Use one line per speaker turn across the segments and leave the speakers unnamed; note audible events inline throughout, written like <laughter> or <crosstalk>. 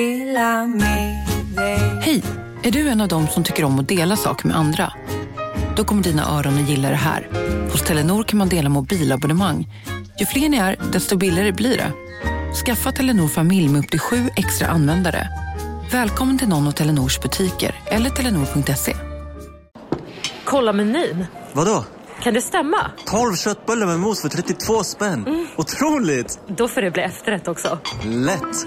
dela med dig.
Hej! Är du en av dem som tycker om att dela saker med andra? Då kommer dina öron att gilla det här. Hos Telenor kan man dela mobilabonnemang. Ju fler ni är, desto billigare blir det. Skaffa Telenor familj med upp till sju extra användare. Välkommen till någon av Telenors butiker eller telenor.se.
Kolla menyn.
Vadå?
Kan det stämma?
12 köttbullar med mos för 32 spänn. Otroligt!
Då får det bli efterrätt också.
Lätt!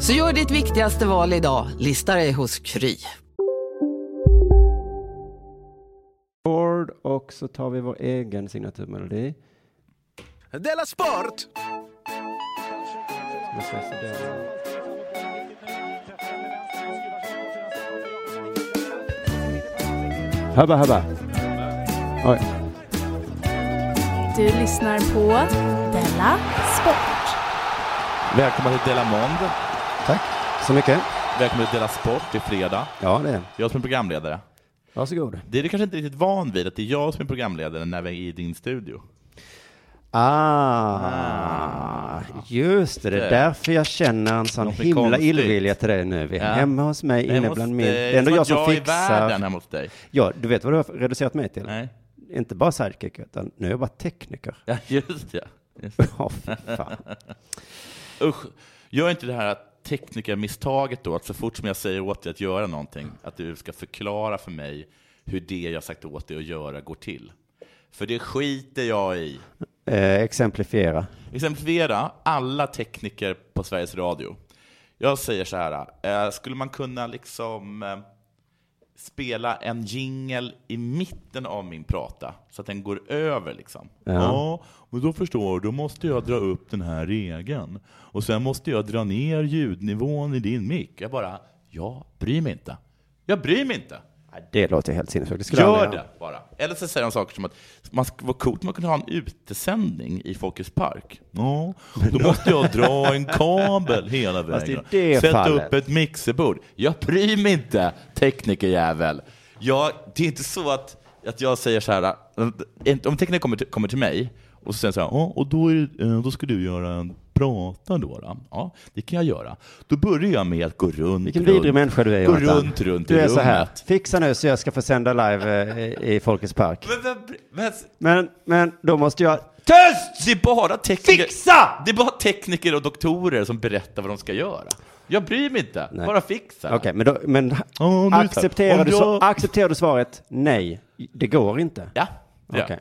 Så gör ditt viktigaste val idag, listar dig hos Kry.
Ford och så tar vi vår egen signaturmelodi.
Della Sport!
Vi ses i den. Hubba hubba. Oj.
Du lyssnar på Della Sport.
Välkomna till Dela Mond.
Tack så mycket.
Välkomna till Dela Sport. Det är fredag.
Ja, det är den.
Jag som är programledare.
Varsågod.
Det är du kanske inte riktigt van vid, att det är jag som är programledare när vi är i din studio.
Ah, just det. Det är därför jag känner en sån
Något
himla
konstigt.
illvilja till dig nu. Vi är
Ja.
hemma hos mig,
Det
inne
måste-
bland min... Det
är
är ändå jag
att
som
jag är världen
fixar...
här mot dig. <laughs>
Ja, du vet vad du har reducerat mig till?
Nej.
Inte bara sidekick, utan nu är jag bara tekniker.
Ja, just det. Just.
<laughs> Ja, fy fan.
Usch. Gör inte det här teknikermisstaget då, att så fort som jag säger åt dig att göra någonting, att du ska förklara för mig hur det jag sagt åt dig att göra går till. För det skiter jag i.
Eh, exemplifiera.
exemplifiera alla tekniker på Sveriges Radio. Jag säger så här, eh, skulle man kunna liksom eh, spela en jingle i mitten av min prata, så att den går över liksom? Ja. men då förstår du, då måste jag dra upp den här regeln. Och sen måste jag dra ner ljudnivån i din mick. Jag bara, jag bryr mig inte. Jag bryr mig inte.
Ja, Det låter helt sinnessjukt. Det skulle jag
Gör
aldrig
det
göra.
bara. Eller så säger de saker som att man ska vara coolt, man kunde ha en utesändning i Folkets park. Ja, då måste jag dra en kabel hela
Fast i
vägen.
det
Sätta
fallet-
upp ett mixerbord. Jag bryr mig inte, teknikerjävel. Jag, det är inte så att, att jag säger så här, om tekniker kommer till, kommer till mig och så säger så här, "Ja, och då, är, det- eh, då ska du göra en prata då, då. Ja, det kan jag göra. Då börjar jag med att gå runt,
Vilken
runt.
vidrig människa du är,
Gå
Jonathan.
runt, runt i
Du är så här.
rummet.
Fixa nu så jag ska få sända live eh, i, i Folkets Park.
Men, men, men,
Men, men då måste jag...
Tyst! Det är bara tekniker.
Fixa!
Det är bara tekniker och doktorer som berättar vad de ska göra. Jag bryr mig inte.
Nej.
Bara fixa.
Okej, men, då, men
Ja, nu är det så här.
accepterar,
Om
du, så,
jag-
accepterar du svaret nej? Det går inte.
Ja. ja.
Okej.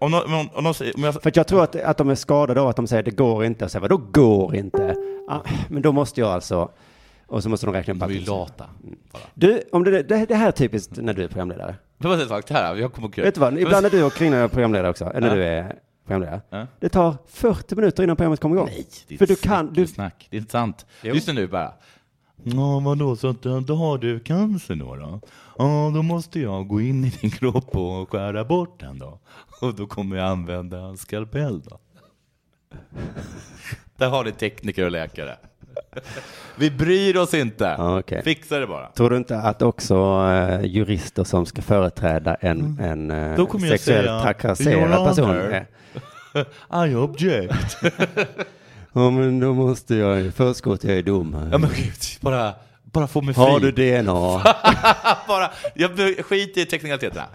Om, någon, om, någon, om, någon säger, om jag...
För att jag tror att, att de är skadade av att de säger det går inte. Och säger vadå går inte? Ah, men då måste jag alltså... Och så måste de räkna upp
De är ju
allt.
lata. Bara.
Du, om det, det, det här är typiskt när du är programledare.
Det var en sak, det här, jag kommer att
Vet du vad, ibland när du och kvinnan är programledare också, eller när du är programledare.
Ja.
Det tar 40 minuter innan programmet kommer igång.
Nej, det är
För du
snack,
kan,
det är
du,
snack. Det är inte sant.
Jo.
Lyssna nu bara. Ja, vadå, så att, eh, då har du cancer då? då? Ja, då måste jag gå in i din kropp och skära bort den då. Och då kommer jag använda en skalpell då. Där har ni tekniker och läkare. Vi bryr oss inte.
Ja, okej.
Fixa det bara.
tror du inte att också eh, jurister som ska företräda en, en eh,
Då kommer jag
sexuellt
säga, "Your
trakasserad
Honor."
person? eh,
I object.
Ja, men då måste jag ju först gå till er dom.
Ja, men gud, bara, bara få mig fri.
Har du
<laughs>
DNA?
bara, jag be- skiter i teknikaliteterna.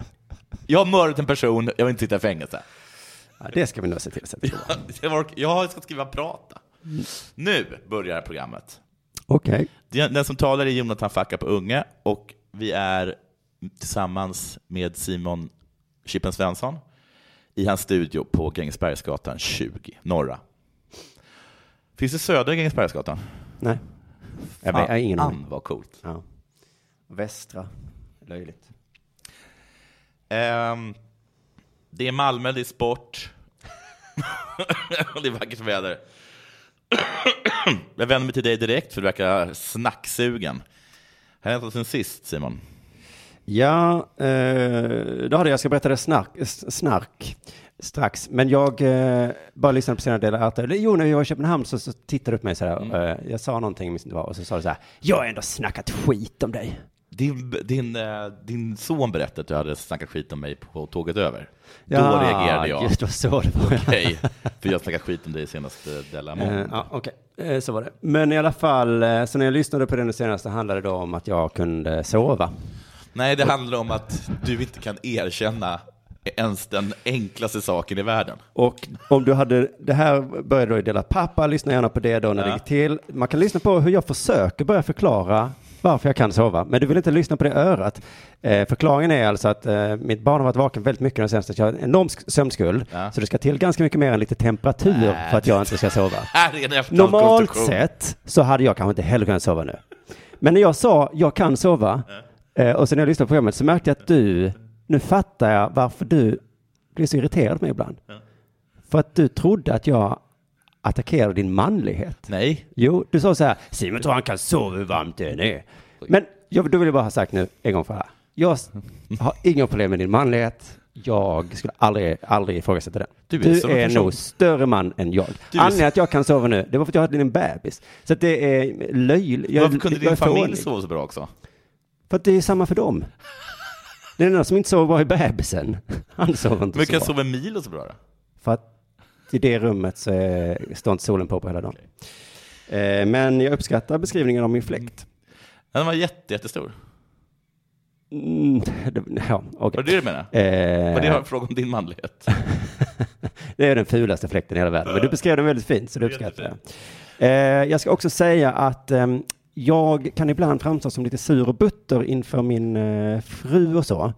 Jag har mördat en person, jag vill inte sitta i fängelse.
ja, det ska vi nog se till. så att det går.
<laughs> Jag ork- Jag ska skriva prata. Nu börjar programmet.
Okej.
Den den som talar är Jonathan Facka på Unge och vi är tillsammans med Simon Chippen Svensson i hans studio på Grängesbergsgatan 20, norra. Finns det södra Grängesbergsgatan?
Nej. Jag, vet, jag har ingen aning.
Fan vad coolt.
Ja. Västra. Löjligt.
Ehm, det är Malmö, det är sport. <laughs> Och det är vackert väder. jag vänder mig till dig direkt för du verkar snacksugen. Har det hänt något sen sist, Simon?
Ja, eh, det har det. Jag ska berätta det snark, s- snark strax. Men jag eh, bara lyssnade på senare delar. Att, eller jo, när jag var i Köpenhamn så, så tittade du på mig så här. Eh, jag sa någonting, jag minns inte vad, och så sa du så här. Jag har ändå snackat skit om dig.
Din, din, eh, din son berättade att du hade snackat skit om mig på tåget över. Då
Ja,
reagerade jag.
Just det var så det var.
<laughs> Okej, för jag snackade skit om dig senast eh, Della Mon.
Eh, ja, okej. Eh, så var det. Men i alla fall, eh, så när jag lyssnade på den nu senast så handlade det då om att jag kunde sova.
Nej, det handlar om att du inte kan erkänna ens den enklaste saken i världen.
Och om du hade, det här började då i Dela Pappa, lyssna gärna på det då när det
Ja.
gick till. Man kan lyssna på hur jag försöker börja förklara varför jag kan sova, men du vill inte lyssna på det örat. Eh, förklaringen är alltså att eh, mitt barn har varit vaken väldigt mycket den senaste, jag har en enorm sk- sömnskuld,
Ja. Äh,
så det ska till ganska mycket mer än lite temperatur för att jag inte ska sova.
Här är en
Normalt
efterhandskonstruktion.
sett så hade jag kanske inte heller kunnat sova nu. Men när jag sa jag kan sova eh, och sen när jag lyssnade på programmet så märkte jag att du, nu fattar jag varför du blir så irriterad på mig ibland. För att du trodde att jag attackerade din manlighet.
Nej,
Jo, du sa så här, Simon tror han kan sova hur varmt det än är. Men jag, då vill jag bara ha sagt nu en gång för alla. Jag s- har inga problem med din manlighet. Jag skulle aldrig, aldrig ifrågasätta den.
Du är som en
är
person.
nog större man än jag.
Du är-
Anledningen att jag kan sova nu, det var för att jag har en liten bebis. Så att det är löjligt. Jag-
varför kunde
jag är
din familj
fånig.
sova så bra också?
För att det är samma för dem. Den enda som inte sover bra är bebisen. <laughs> Han sover inte
Men
så bra.
kan sova Milo så bra då?
För att i det rummet så är, står inte solen på på hela dagen. Eh, Men jag uppskattar beskrivningen av min fläkt.
Den var jätte, jättestor.
Mm, det, ja, okej.
Var det det du menade?
Eh,
Var det en fråga om din manlighet?
det är den fulaste fläkten i hela världen. Men du beskrev den väldigt fint, så det uppskattar jag. Eh, jag ska också säga att ehm, jag kan ibland framstå som lite sur och butter inför min eh, fru och så.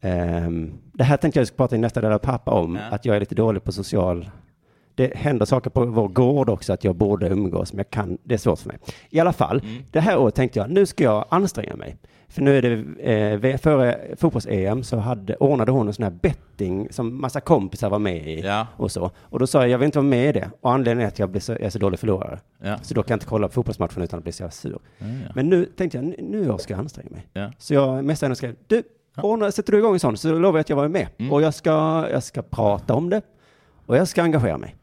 Ehm, det här tänkte jag ska prata i nästa del av pappa om,
Ja.
att jag är lite dålig på social... Det händer saker på vår gård också, att jag borde umgås, men jag kan, det är svårt för mig. I alla fall,
Mm.
det här året tänkte jag, nu ska jag anstränga mig. För nu är det, eh, vi- före fotbolls-EM så hade, ordnade hon en sån här betting som massa kompisar var med i
Ja.
och så. Och då sa jag, jag vill inte vara med i det. Och anledningen är att jag, blir så, jag är så dålig förlorare.
Ja.
Så då kan jag inte kolla på fotbollsmatchen utan att bli så jävla sur. Men nu tänkte jag, nu- nu jag ska jag anstränga mig.
Ja.
Så jag messade henne och skrev, du, ordna, sätter du igång en sån så lovar jag att jag var med. Och jag ska, jag ska prata om det. Och jag ska engagera mig.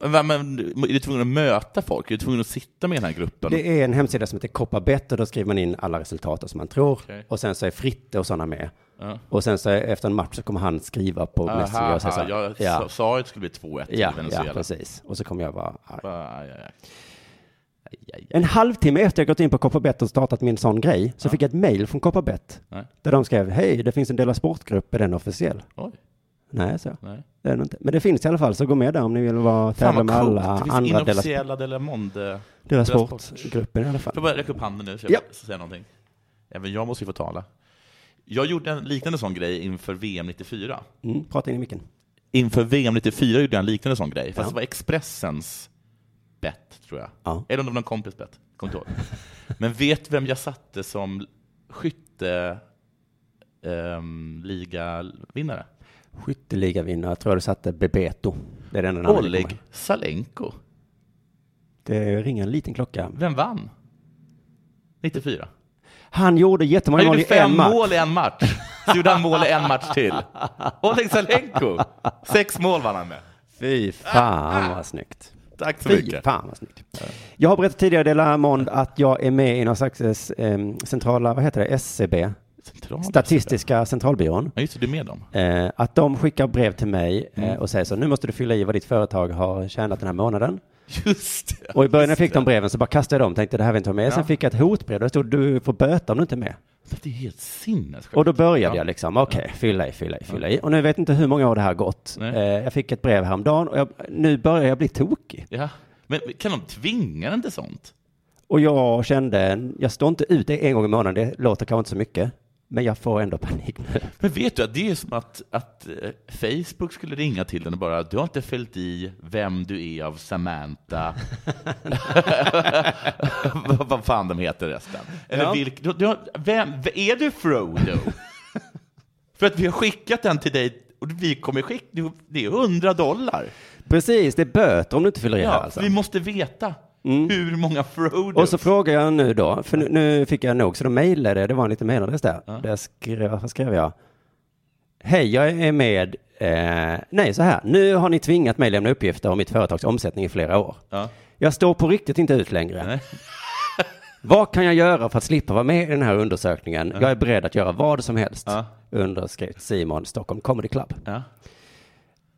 Va, Men, är du tvungen att möta folk? Är du tvungen att sitta med den här gruppen?
Det är en hemsida som heter Kopparbett och då skriver man in alla resultat som man tror.
Okej.
Och sen så är Fritte och sådana med.
Ja.
Och sen så efter en match så kommer han skriva på Messenger
Aha,
och säga så här,
Ah, jag
ja,
sa- sa att det skulle bli 2-1
ja,
i
ja,
Venezuela.
precis. Och så kommer jag vara arg.
Bara, aj, aj, aj.
En halvtimme efter jag gått in på Kopparbett och startat min sån grej så fick jag ett mejl från Kopparbett.
Nej.
Där de skrev, hej, det finns en Dela Sport-grupp, är den officiell?
Oj,
Nej, så.
nej.
Det är den inte. Men det finns i alla fall, så gå med där om ni vill vara
Fan
tävla
vad
med
coolt.
alla
Det finns
andra Dela,
inofficiella Della Monde.
Dela
Dela Sport.
Sport-gruppen i alla
Får jag
fall.
bara räcka upp handen nu så jag
Ja.
ska säga någonting? Även jag måste ju få tala. Jag gjorde en liknande sån grej inför VM 94.
Mm, prata in i micken.
Inför VM 94 gjorde jag en liknande sån grej, fast
Ja.
det var Expressens bett, tror jag.
Ja.
Eller om det var någon kompis bett, kommer inte ihåg.
<laughs>
Men vet du vem jag satte som skytte ehm, ligavinnare?
Skytteligavinnare tror jag du satte Bebeto. Det är den enda namnet jag kommer
Oleg
ihåg.
Salenko.
Det ringer en liten klocka.
Vem vann? 94.
Han gjorde jättemånga
Han
mål
gjorde
i en
fem
match.
mål i en match. Så gjorde han mål i en match
<laughs>
till. Oleg Salenko. Sex mål vann han med.
Fy fan vad snyggt.
Tack så
Fy
mycket.
fan vad snyggt. Jag har berättat tidigare Dela Mond att jag är med i någon slags eh, centrala, vad heter det, SCB,
Central-
Statistiska centralbyrån.
Ja, just det, du är med dem.
Eh, att de skickar brev till mig eh,
Mm.
och säger så, nu måste du fylla i vad ditt företag har tjänat den här månaden.
Just det.
Och i början när jag fick de breven så bara kastade jag dem, tänkte det här vill jag inte ha med. Sen fick jag ett hotbrev, där det stod du får böta om du inte är med.
Det är helt sinnessjukt.
Och då började
Ja.
jag liksom, okej, fylla i, fylla i, fylla i. Och nu vet jag inte hur många år det här har gått.
Nej.
Eh, jag fick ett brev häromdagen och jag, nu börjar jag bli tokig.
Ja. Men kan de tvinga den till sånt?
Och jag kände, jag står inte ut det är en gång i månaden, det låter kanske inte så mycket. Men jag får ändå panik nu.
Men vet du att det är som att, att eh, Facebook skulle ringa till den och bara du har inte fällt i vem du är av Samantha. <laughs> vad, vad fan de heter resten. Eller
Ja.
vilk, du, du, har- vem, är du Frodo? <laughs> För att vi har skickat den till dig och vi kommer skicka, det är 100 dollar.
Precis, det är böter om du inte fyller i
Ja,
här alltså. Mm.
Vi måste veta. Hur många Frodos?
Och så frågar jag nu då, för nu, nu fick jag nog, så då mejlade jag, det var en liten mejladress där. Där skrev, vad skrev jag? Hej, jag är med, eh, nej så här, nu har ni tvingat mig lämna uppgifter om mitt företags omsättning i flera år.
Ja.
Jag står på riktigt inte ut längre. <laughs> vad kan jag göra för att slippa vara med i den här undersökningen? Jag är beredd att göra vad som helst.
Ja.
Underskrivet Simon, Stockholm Comedy Club.
Ja.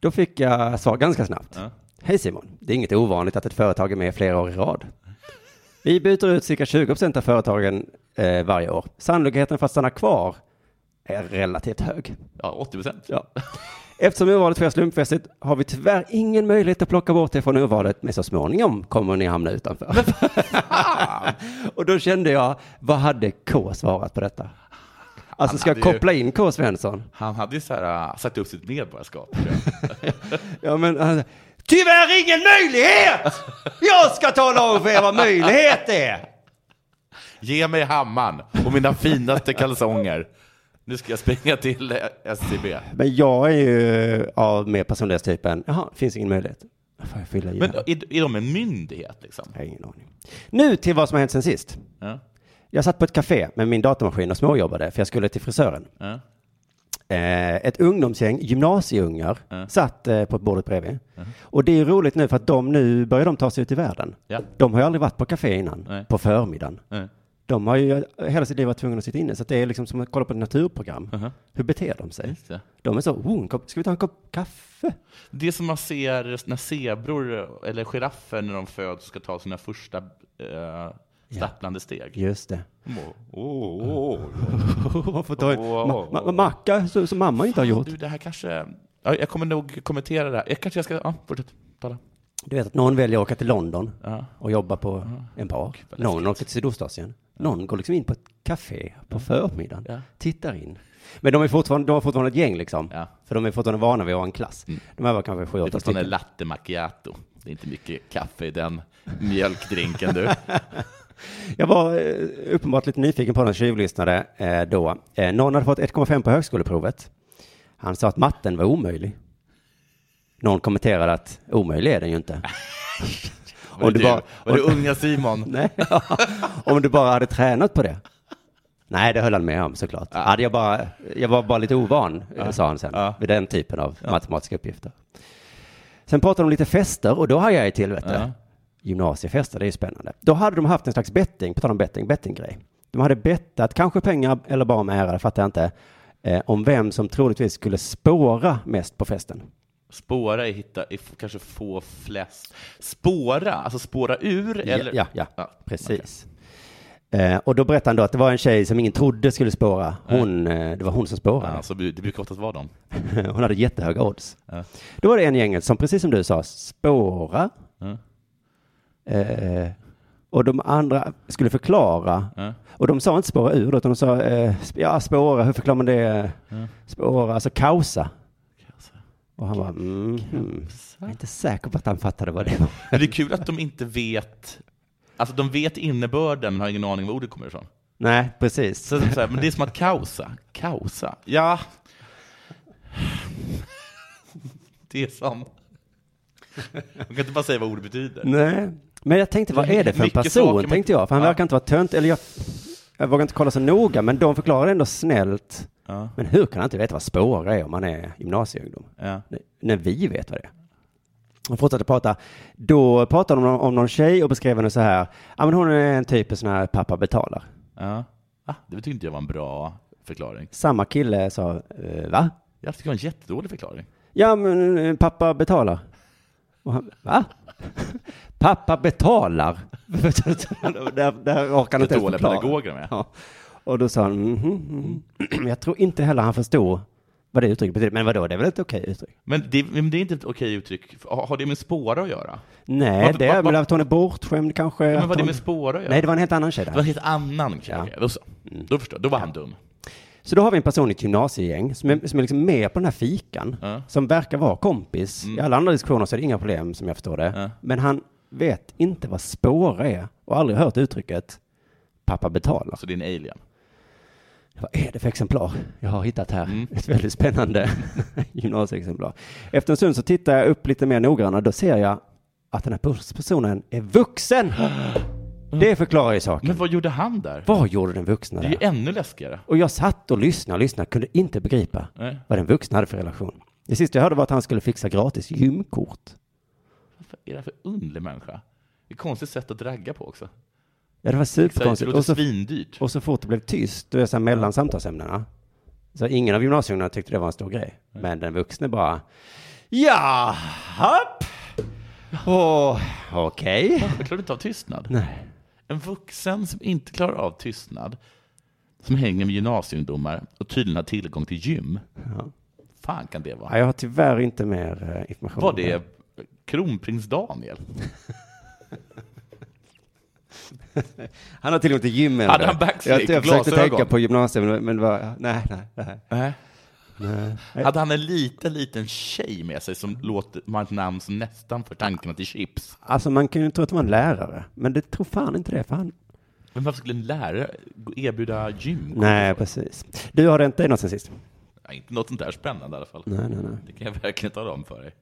Då fick jag svar ganska snabbt.
Ja.
Hej Simon, det är inget ovanligt att ett företag är med flera år i rad. Vi byter ut cirka 20% av företagen eh, varje år. Sannolikheten för att stanna kvar är relativt hög.
ja, 80 procent.
Ja. Eftersom urvalet sker slumpmässigt har vi tyvärr ingen möjlighet att plocka bort det från urvalet, men så småningom kommer ni hamna utanför. <laughs> och då kände jag, vad hade K svarat på detta? Alltså ska jag
hade ju-
koppla in K Svensson?
Han hade ju så här, äh, satt upp sitt medborgarskap. tror jag.
Ja, men alltså, tyvärr ingen möjlighet! Jag ska tala om för er vad möjlighet är!
Ge mig hammaren och mina finaste kalsonger. Nu ska jag springa till eh, SCB.
Men jag är ju av mer personlighetstypen, jaha, finns ingen möjlighet. Då får jag fylla i
Men
här.
är, är de en myndighet liksom?
Jag har ingen aning. Nu till vad som har hänt sen sist.
Ja.
Jag satt på ett café med min datamaskin och småjobbade, för jag skulle till frisören.
Ja.
Eh, ett ungdomsgäng, gymnasieungar, satt eh, på ett bordet bredvid. Och det är ju roligt nu för att de nu börjar de ta sig ut i världen.
Ja.
De har ju aldrig varit på café innan,
Nej.
på förmiddagen.
Nej.
De har ju hela sitt liv varit tvungna att sitta inne, så att det är liksom som att kolla på ett naturprogram. Hur beter de sig?
Just det.
De är så, oh, en kopp, ska vi ta en kopp kaffe?
Det som man ser när zebror eller giraffer när de föds ska ta sina första eh, stapplande steg.
Just det.
Åh, åh, åh.
Man får ta en
Wow.
ma- ma- macka så- som mamma inte har gjort.
Du, det här kanske... Ja, jag kommer nog kommentera det här. Jag kanske jag ska... Ja, fortsätt. Tala.
Du vet att någon väljer att åka till London
Ja.
och jobba på en bar. Någon åker till Sydostasien. Någon går liksom in på ett café på förmiddagen,
Ja.
tittar in. Men de, är fortfarande, de har fortfarande ett gäng liksom.
Ja. Mm.
För de är fortfarande vana vid att ha en klass. De här var kanske sju,
Det är
åtta
fortfarande
stycken.
latte macchiato. Det är inte mycket kaffe i den mjölkdrinken <laughs> du.
Jag var eh, uppenbart lite nyfiken på den tjuvlyssnade eh, då. Eh, någon hade fått 1,5 på högskoleprovet. Han sa att matten var omöjlig. Någon kommenterade att omöjlig är den ju inte.
Var
du
det, du,
bara-
var det
och-
unga Simon?
Nej, <laughs> om du bara hade tränat på det. Nej, det höll han med om såklart. Hade jag, bara, jag var bara lite ovan, eh, sa han sen, vid den typen av matematiska uppgifter. Sen pratade de om lite fester och då hade jag i till, vet du. Gymnasiefester, det är ju spännande. Då hade de haft en slags betting, på tal om betting, bettinggrej. De hade bettat, kanske pengar eller bara med ära, det fattar jag inte, eh, om vem som troligtvis skulle spåra mest på festen.
Spåra är hitta, är f- kanske få flest. Spåra, alltså spåra ur? Eller?
Ja, ja, ja, precis. Eh, och då berättade han då att det var en tjej som ingen trodde skulle spåra. Hon, eh, det var hon som <laughs>
okej.
spårade.
Alltså, det brukar oftast vara dem.
Hon hade jättehöga odds. Då var det en i gänget som, precis som du sa, spåra. Eh, och de andra skulle förklara. Och de sa inte spåra ur, utan de sa, eh, sp- ja, spåra, hur förklarar man det? Spåra, alltså kausa. Och han var, mm, hmm. jag är inte säker på att han fattade vad det var. <laughs>
Men det är kul att de inte vet Alltså de vet innebörden men har ingen aning var ordet kommer ifrån.
Nej, precis.
Så, det är så här, men det är som att kaosa, kaosa. Ja. Det är som... Man kan inte bara säga vad ordet betyder.
Nej, men jag tänkte vad är det för en
Mycket
person,
saker man-
tänkte jag. För han
Ja.
verkar inte vara tönt, eller jag, jag vågar inte kolla så noga, men de förklarar ändå snällt.
Ja.
Men hur kan han inte veta vad spåra är om man är gymnasieungdom?
Ja.
N- När vi vet vad det är. De fortsatte prata. Då pratade de om, om någon tjej och beskrev henne så här. Ja, men hon är en typ av sån här pappa betalar.
Ja. Ah, det tyckte inte jag var en bra förklaring.
Samma kille sa, eh, va?
Jag tycker det var en jättedålig förklaring.
Ja, men eh, pappa betalar. Och han, va? <laughs> Pappa betalar. <laughs> där, där orkar han inte
Det
ens
dåliga
förklara.
pedagoger med.
Ja. Och då sa han, mhm, mhm. <clears throat> jag tror inte heller han förstod vad det uttrycket betyder. Men vadå, det är väl ett okej uttryck?
Men det, men det är inte ett okej uttryck. Har har det med spåra att göra?
Nej,
Vad-
det
vad-
är väl
vad-
att hon är bortskämd kanske.
Ja,
att
men vad är det
hon...
med spåra att göra?
Nej, det var en helt annan tjej
det var
där.
en helt annan
Ja.
ja. Mm. Då så. Då förstår jag. Då var han dum.
Så då har vi en person i ett gymnasiegäng som är, som är liksom med på den här fikan, som verkar vara kompis. I alla andra diskussioner så är det inga problem som jag förstår det. Men han vet inte vad spåra är och har aldrig hört uttrycket pappa betalar.
Så det är en alien.
Vad är det för exemplar jag har hittat här? Ett väldigt <laughs> spännande gymnasieexemplar. Efter en stund så tittar jag upp lite mer noggrannare. Då ser jag att den här personen är <gasps> vuxen. Det förklarar ju saken.
Men vad gjorde han där?
Vad gjorde den vuxna
Det är ju
där?
ännu läskigare.
Och jag satt och lyssnade och lyssnade, kunde inte begripa
Nej.
vad den vuxna hade för relation. Det sista jag hörde var att han skulle fixa gratis gymkort.
Vad är det här för underlig människa? Det är ett konstigt sätt att ragga på också.
Ja, det var
Så här, det
superkonstigt.
låter
Och så,
svindyrt.
och så fort det blev tyst, du är så här mellan samtalsämnena. Så ingen av gymnasieungdomarna tyckte det var en stor grej. Men den vuxne bara, ja, hopp. Åh, okej.
Jag klarar inte av tystnad.
Nej.
En vuxen som inte klarar av tystnad, som hänger med gymnasieungdomar och tydligen har tillgång till gym. fan kan det
Ja,
vara?
jag har tyvärr inte mer eh, information.
Var det kronprins Daniel?
Han har tillgång till gymmen.
Hade han backslick,
Jag, jag försökte
glasögon?
tänka på gymnasiet, men men det var, nej, nej, nej.
Nej. Hade han en liten, liten tjej med sig som låter man ett namn som nästan för tankarna till chips?
Alltså man kan ju tro att det var en lärare, men det tror fan inte det, för han...
Men varför skulle en lärare gå- erbjuda gym?
Nej, precis. Du har inte dig något sen sist?
Ja, inte något sånt där spännande i alla fall.
Nej, nej, nej.
Det kan jag verkligen tala om för dig.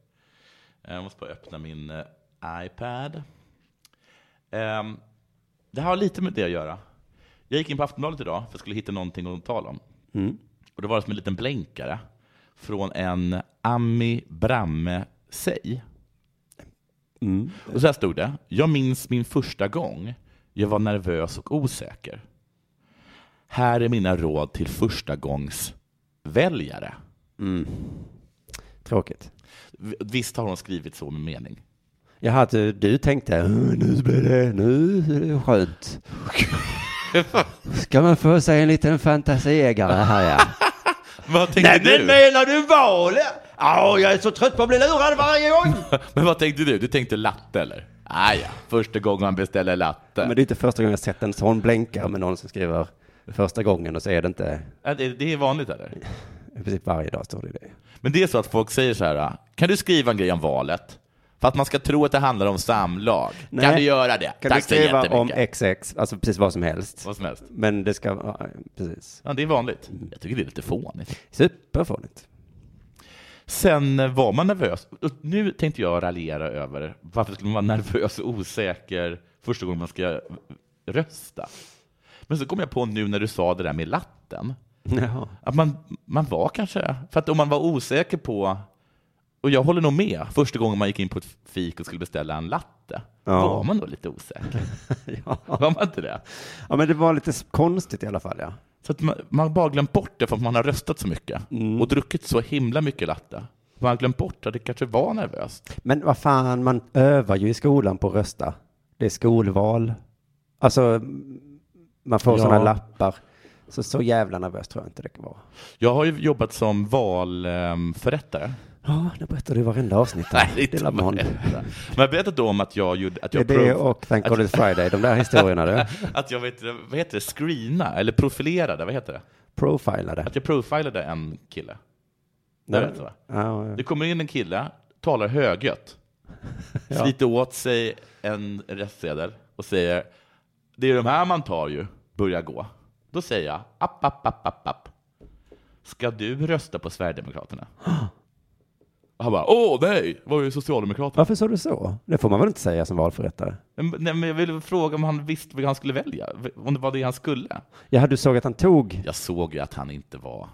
Eh, Jag måste bara öppna min eh, iPad. Ehm, Det här har lite med det att göra. Jag gick in på Aftonbladet idag för jag skulle hitta någonting att tala om.
Mm.
Och det var det som en liten blänkare från en Ami Bramme Sey.
Mm.
Och så här stod det. Jag minns min första gång. Jag var nervös och osäker. Här är mina råd till första gångs väljare.
Tråkigt.
V- Visst har hon skrivit så med mening?
Jaha, att du, du tänkte, "Åh, nu blir det, nu är det skönt. Ska man få sig en liten fantasiägare här ja.
Vad tänkte du?
menar du val? Ja, jag är så trött på att bli lurad varje gång.
<laughs> Men vad tänkte du? Du tänkte latte eller? Ah, ja. första gången man beställer latte.
Men det är inte första gången jag sett en sån blänkare med någon som skriver första gången och så är det inte,
Ja, det... Det är vanligt eller?
i princip varje dag står det det.
Men det är så att folk säger så här, "Ah, kan du skriva en grej om valet? För att man ska tro att det handlar om samlag. kan
Nej.
du göra det?
Kan
Tack
du
så
skriva om
jättemycket.
XX, alltså precis vad som helst.
Vad som helst.
Men det ska, ja, precis.
Ja, det är vanligt. Jag tycker det är lite fånigt.
Superfånigt.
Sen eh, var man nervös. Och Nu tänkte jag raljera över varför skulle man vara nervös och osäker första gången man ska rösta. Men så kom jag på nu när du sa det där med latten.
Jaha.
Att man, man var kanske, för att om man var osäker på, och jag håller nog med, första gången man gick in på ett fik och skulle beställa en latte,
Ja.
var man nog lite osäker.
<laughs>
<laughs>
Ja.
Var man inte det?
ja, men det var lite konstigt i alla fall, ja.
Så att man, man har bara glömt bort det för att man har röstat så mycket och druckit så himla mycket latte. Man har glömt bort att det kanske var nervöst.
Men vad fan, man övar ju i skolan på att rösta. Det är skolval. Alltså, man får
Ja.
sådana lappar. Så, så jävla nervös tror jag inte det kan vara.
Jag har ju jobbat som
<laughs>
valförrättare.
Ja, nu berättar du i varenda avsnitt. <laughs> här.
det är inte
Lilla
vad
man.
jag berättar. Men jag berättade då om att jag gjorde... Att
Det är
jag
det
prov-
och Thank God It's Friday, de där historierna du.
att jag vet, vad heter det, screena eller profilerade, vad heter det?
Profilade.
Att jag profilade en kille.
Nej.
Det vet du, va?
Ja,
Det kommer in en kille, talar högljutt, sliter åt sig en restsedel och säger det är de här man tar ju, börja gå. Då säger jag app, app, app, app, app. Ska du rösta på Sverigedemokraterna? Och han bara, åh nej, det var ju Socialdemokraterna.
Varför sa du så? Det får man väl inte säga som valförrättare?
Men, nej, men jag ville fråga om han visste vad han skulle välja, om det var det han skulle.
Jaha, du såg att han tog,
Jag såg ju att han inte var...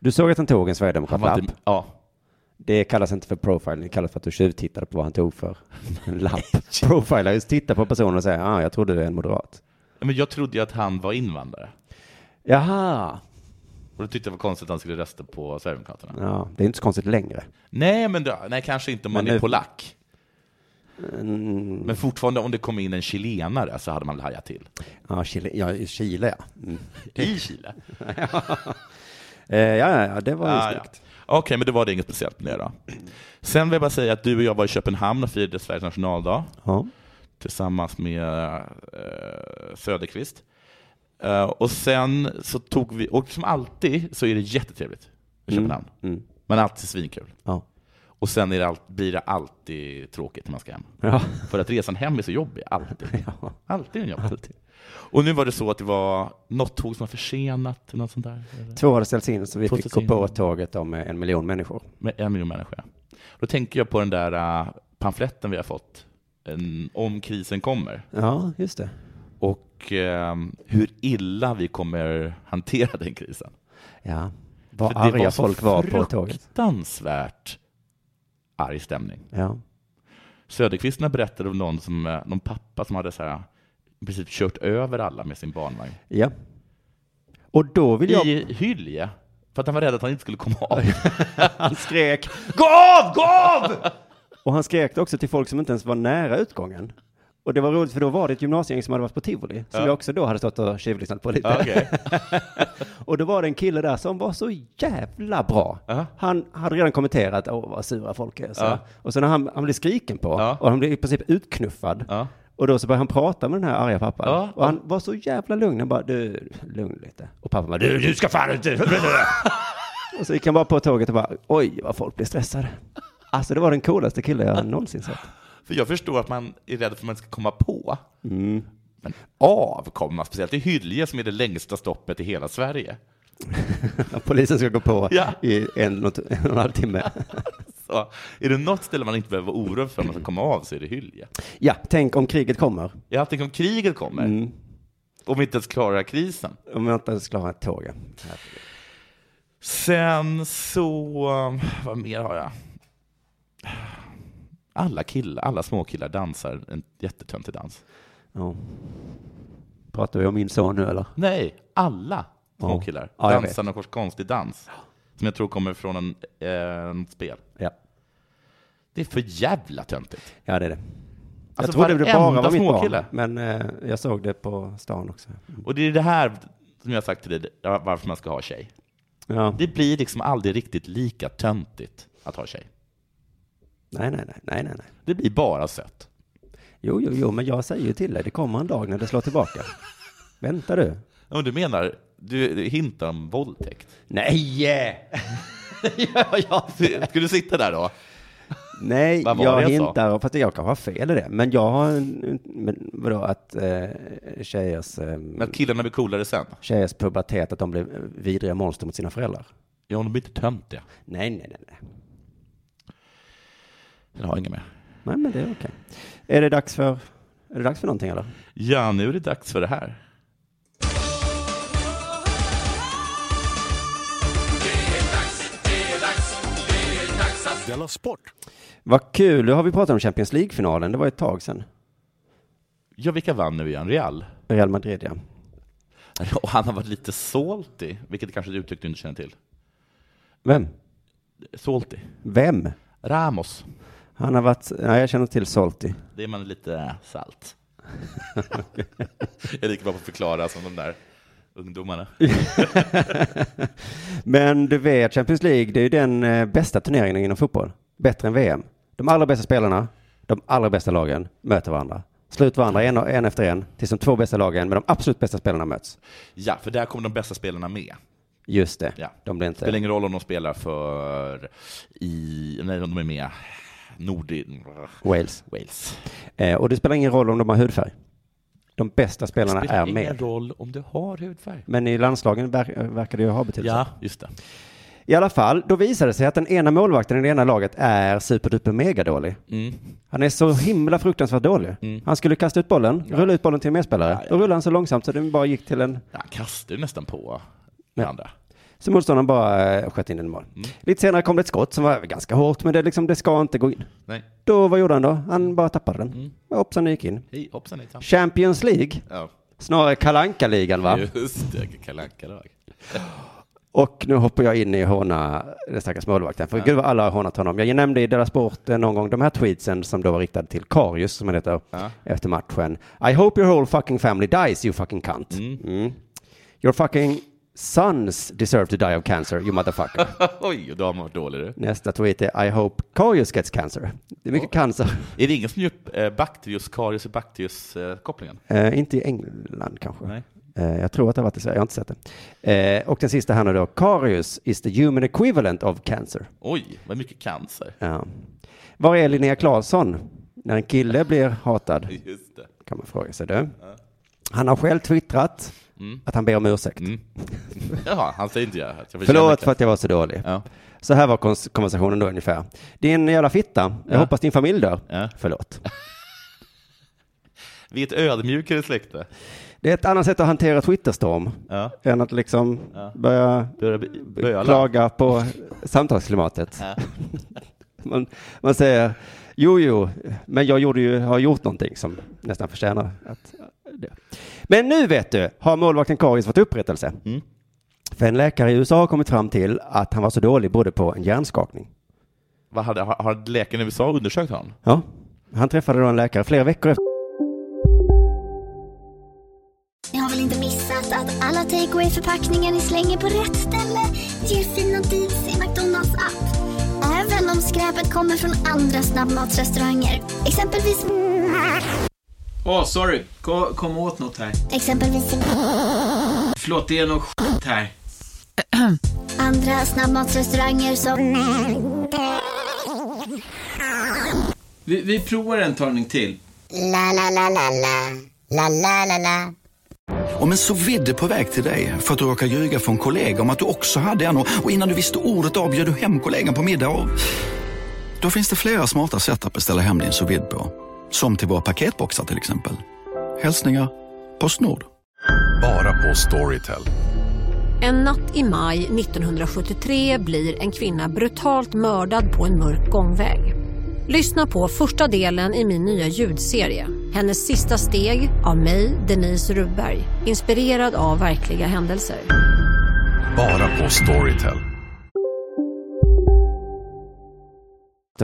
du såg att han tog en
Han var
Sverigedemokrat-lapp.
inte, ja,
Det kallas inte för profiling, det kallas för att du tjuvtittade på vad han tog <laughs> för en lapp. Profiler just titta på personen och säga, ah, jag trodde du är en moderat.
men jag trodde ju att han var invandrare.
Jaha,
Och då tyckte jag det var konstigt att han skulle rösta på Sverigedemokraterna.
ja, det är inte så konstigt längre.
Nej, men då, nej, kanske inte om man
Men
är
nu-
polack. Men fortfarande om det kom in en chilenare så hade man väl hajat till.
Ja, Chile, ja, i Chile ja. <laughs> Mm.
I Chile?
Eh, ja, ja, ja, det var ju
Ah, ja.
snyggt.
Okej, men det var det inget speciellt med det då. Sen vill jag bara säga att du och jag var i Köpenhamn och firade Sveriges nationaldag
Ja.
tillsammans med eh, Söderqvist. Eh, och sen så tog vi, och som alltid så är det jättetrevligt i Köpenhamn. Men alltid svinkul.
Ja.
Och sen är det allt, blir det alltid tråkigt när man ska hem.
Ja.
För att resan hem är så jobbig, <laughs> alltid.
Ja.
Alltid en jobbig Och nu var det så att det var något tåg som var försenat, eller något sånt där. eller?
Två hade ställts in så vi
Två
fick gå
ställts
på
in.
tåget om eh, en miljon människor.
Med en miljon människor. Då tänker jag på den där uh, pamfletten vi har fått en, om krisen kommer
Ja, just det.
och eh, hur illa vi kommer hantera den krisen.
Ja.
För
Vad
det
arga
var så
folk var på tåget.
Fruktansvärt arg stämning.
Ja.
Söderqvisterna berättade om någon, som, eh, någon pappa som hade så här, i princip kört över alla med sin barnvagn.
ja. Och då vill jag...
I Hylje. För att han var rädd att han inte skulle komma av. <laughs>
Han skrek Gå av! Gå av! Och han skrek också till folk som inte ens var nära utgången. Och det var roligt för då var det ett gymnasiegäng som hade varit på Tivoli, som
Ja.
jag också då hade stått och tjuvlyssnat på lite.
Okej.
<laughs> Och då var det en kille där som var så jävla bra.
Ja.
Han hade redan kommenterat, åh vad sura folk är. Så.
Ja.
Och sen när han, han blev skriken på,
Ja.
och han blev i princip utknuffad.
Ja.
Och då så började han prata med den här arga pappan.
Ja.
Och han var så jävla lugn, han bara, du, lugn lite. Och pappan bara, du, du ska fan inte... och så gick han bara på tåget och bara, oj vad folk blir stressade. Alltså det var den coolaste killen jag någonsin sett.
<laughs> För jag förstår att man är rädd för att man inte ska komma på.
Mm.
Men av kommer man, speciellt i Hylje som är det längsta stoppet i hela Sverige.
När polisen ska gå på
Ja.
i en, och <laughs> en och en halv timme.
Så är det något ställe man inte behöver vara orolig för att man ska komma av så är det Hylje.
ja, tänk om kriget kommer.
Jag tänker om kriget kommer.
Mm.
Om vi inte ens klarar krisen.
Om jag inte ens klarar ett tåg. ja.
Sen så, vad mer har jag? Alla killar, alla småkillar dansar en jättetöntig dans.
Ja. Pratar vi om min son nu eller?
Nej, alla småkillar
Ja, jag
dansar någon sorts konstig dans. Som jag tror kommer från en, eh, något spel.
Ja.
Det är för jävla töntigt.
Ja, det är det.
Alltså,
jag trodde det bara
varenda
var mitt barn,
småkille.
men eh, jag såg det på stan också.
Och det är det här som jag har sagt till dig, ja, varför man ska ha tjej.
Ja.
Det blir liksom aldrig riktigt lika töntigt att ha tjej.
Nej, nej, nej, nej, nej, nej.
Det blir bara sött.
Jo, jo, jo, men jag säger ju till dig, det kommer en dag när det slår
<laughs>
tillbaka. Vänta du.
Ja, men du menar, du, du hintar om våldtäkt.
Nej! <laughs>
<laughs>
ja, ja.
Ska du sitta där då?
Nej,
Vad var
jag
det jag sa?
hintar, fast jag kan ha fel i det, men jag har en, en- men vadå, att eh, tjejers, eh,
Men att killarna blir coolare sen?
tjejers pubertet, att de blir vidriga monster mot sina föräldrar.
Ja, de blir inte töntiga.
Nej, nej, nej, nej.
Jag har inga mer.
Nej, men det är okej. Är det dags för, är det dags för någonting eller?
Ja, nu är det dags för det här.
Della Sport!
Vad kul, nu har vi pratat om Champions League-finalen, det var ett tag sedan.
Ja, vilka vann nu igen? Real?
Real Madrid, ja.
<laughs> Och han har varit lite salty, vilket kanske är ett uttryck du inte känner till.
Vem?
Salty.
Vem?
Ramos.
Han har varit, nej jag känner till Solti.
Det är man lite
<laughs>
salt. Jag är lika bra på att förklara som de där ungdomarna.
Men du vet, Champions League, det är ju den eh, bästa turneringen inom fotboll. Bättre än VM. De allra bästa spelarna, de allra bästa lagen möter varandra. Slut varandra en, och- en efter en, tills de två bästa lagen med de absolut bästa spelarna möts.
Ja, för där kommer de bästa spelarna med.
Just det,
Ja.
de blir
Spelar
inte...
ingen roll om de spelar för i, nej, om de är med Nordi,
Wales.
Wales.
Eh, och det spelar ingen roll om de har hudfärg. De bästa spelarna är
spelar ingen
med.
roll om du har hudfärg.
Men i landslagen ver- verkar det ju ha betydelse.
Ja, just det.
I alla fall, då visade det sig att den ena målvakten i det ena laget är superduper mega dålig.
Mm.
Han är så himla fruktansvärt dålig. Han skulle kasta ut bollen, rulla ut bollen till en medspelare.
Ja, ja.
Då rullade han så långsamt så den bara gick till en...
Ja, Han kastar ju nästan på den
Ja.
andra.
Så motståndaren bara eh, sköt in den i mål.
Mm.
Lite senare kom det ett skott som var ganska hårt, men det, är liksom, det ska inte gå in.
Nej,
Då, vad gjorde han då? Han bara tappade den.
Mm.
Och hoppsan, den gick in.
hej hoppsan hejsan.
Champions League,
Ja,
snarare kalanka ligan va?
just det. Kalle Anka lag.
Och nu hoppar jag in i håna den stackars målvakten, för gud vad alla har hånat honom. Jag nämnde i Della Sport eh, någon gång de här tweetsen som då var riktade till Karius, som han heter, efter matchen. I hope your whole fucking family dies, you fucking cunt. Mm. Your fucking sons deserve to die of cancer, you motherfucker.
Oj, och då har man varit dålig du.
Nästa tweet är I hope Karius gets cancer. Det är mycket cancer.
Är det ingen som gör eh, Bactrius, Karius och Bactrius-kopplingen?
Eh, inte i England kanske.
Nej.
Eh, jag tror att det har varit i Sverige, jag har inte sett det. Eh, och den sista här nu då, Karius is the human equivalent of cancer.
Oj, vad mycket cancer.
Ja. Var är Linnea Claesson när en kille blir hatad?
Just det.
Kan man fråga sig det. Han har själv twittrat
Mm.
Att han ber om ursäkt.
Jaha, han säger inte jag. att jag förtjänar
Förlåt
det.
för att jag var så dålig.
Ja.
Så här var kons- konversationen då ungefär. Din jävla fitta, jag
Ja.
hoppas din familj dör.
Ja.
Förlåt.
Vi är ett ödmjukare släkte.
Det är ett annat sätt att hantera Twitterstorm
Ja.
än att liksom börja
Börjar b- böla.
klaga på samtalsklimatet. <laughs> man, man säger, jo, jo, men jag gjorde ju, har gjort någonting som nästan förtjänar att dö. Men nu vet du, har målvakten Karius fått upprättelse. För en läkare i USA har kommit fram till att han var så dålig både på en hjärnskakning.
Vad hade, har, har läkaren i USA undersökt honom?
Ja, han träffade då en läkare flera veckor efter.
Ni har väl inte missat att alla takeaway förpackningar ni slänger på rätt ställe ger fina deals i McDonalds app. Även om skräpet kommer från andra snabbmatsrestauranger. Exempelvis...
Åh, sorry. Kom, kom åt något här.
Exempelvis...
Förlåt, det är något skit här.
Andra snabbmatsrestauranger som...
Vi, vi provar en talning till.
La, la, la, la, la. La, la, la, la.
Om en så vidde på väg till dig för att du råkar ljuga från kollega om att du också hade en och och innan du visste ordet av bjöd du hem kollegan på middag och... Då finns det flera smarta sätt att beställa hem din sous vide på. Som till våra paketboxar till exempel. Hälsningar Postnord.
Bara på Storytel.
En natt i maj 1973 blir en kvinna brutalt mördad på en mörk gångväg. Lyssna på första delen i min nya ljudserie. Hennes sista steg av mig, Denise Rubberg. Inspirerad av verkliga händelser.
Bara på Storytel.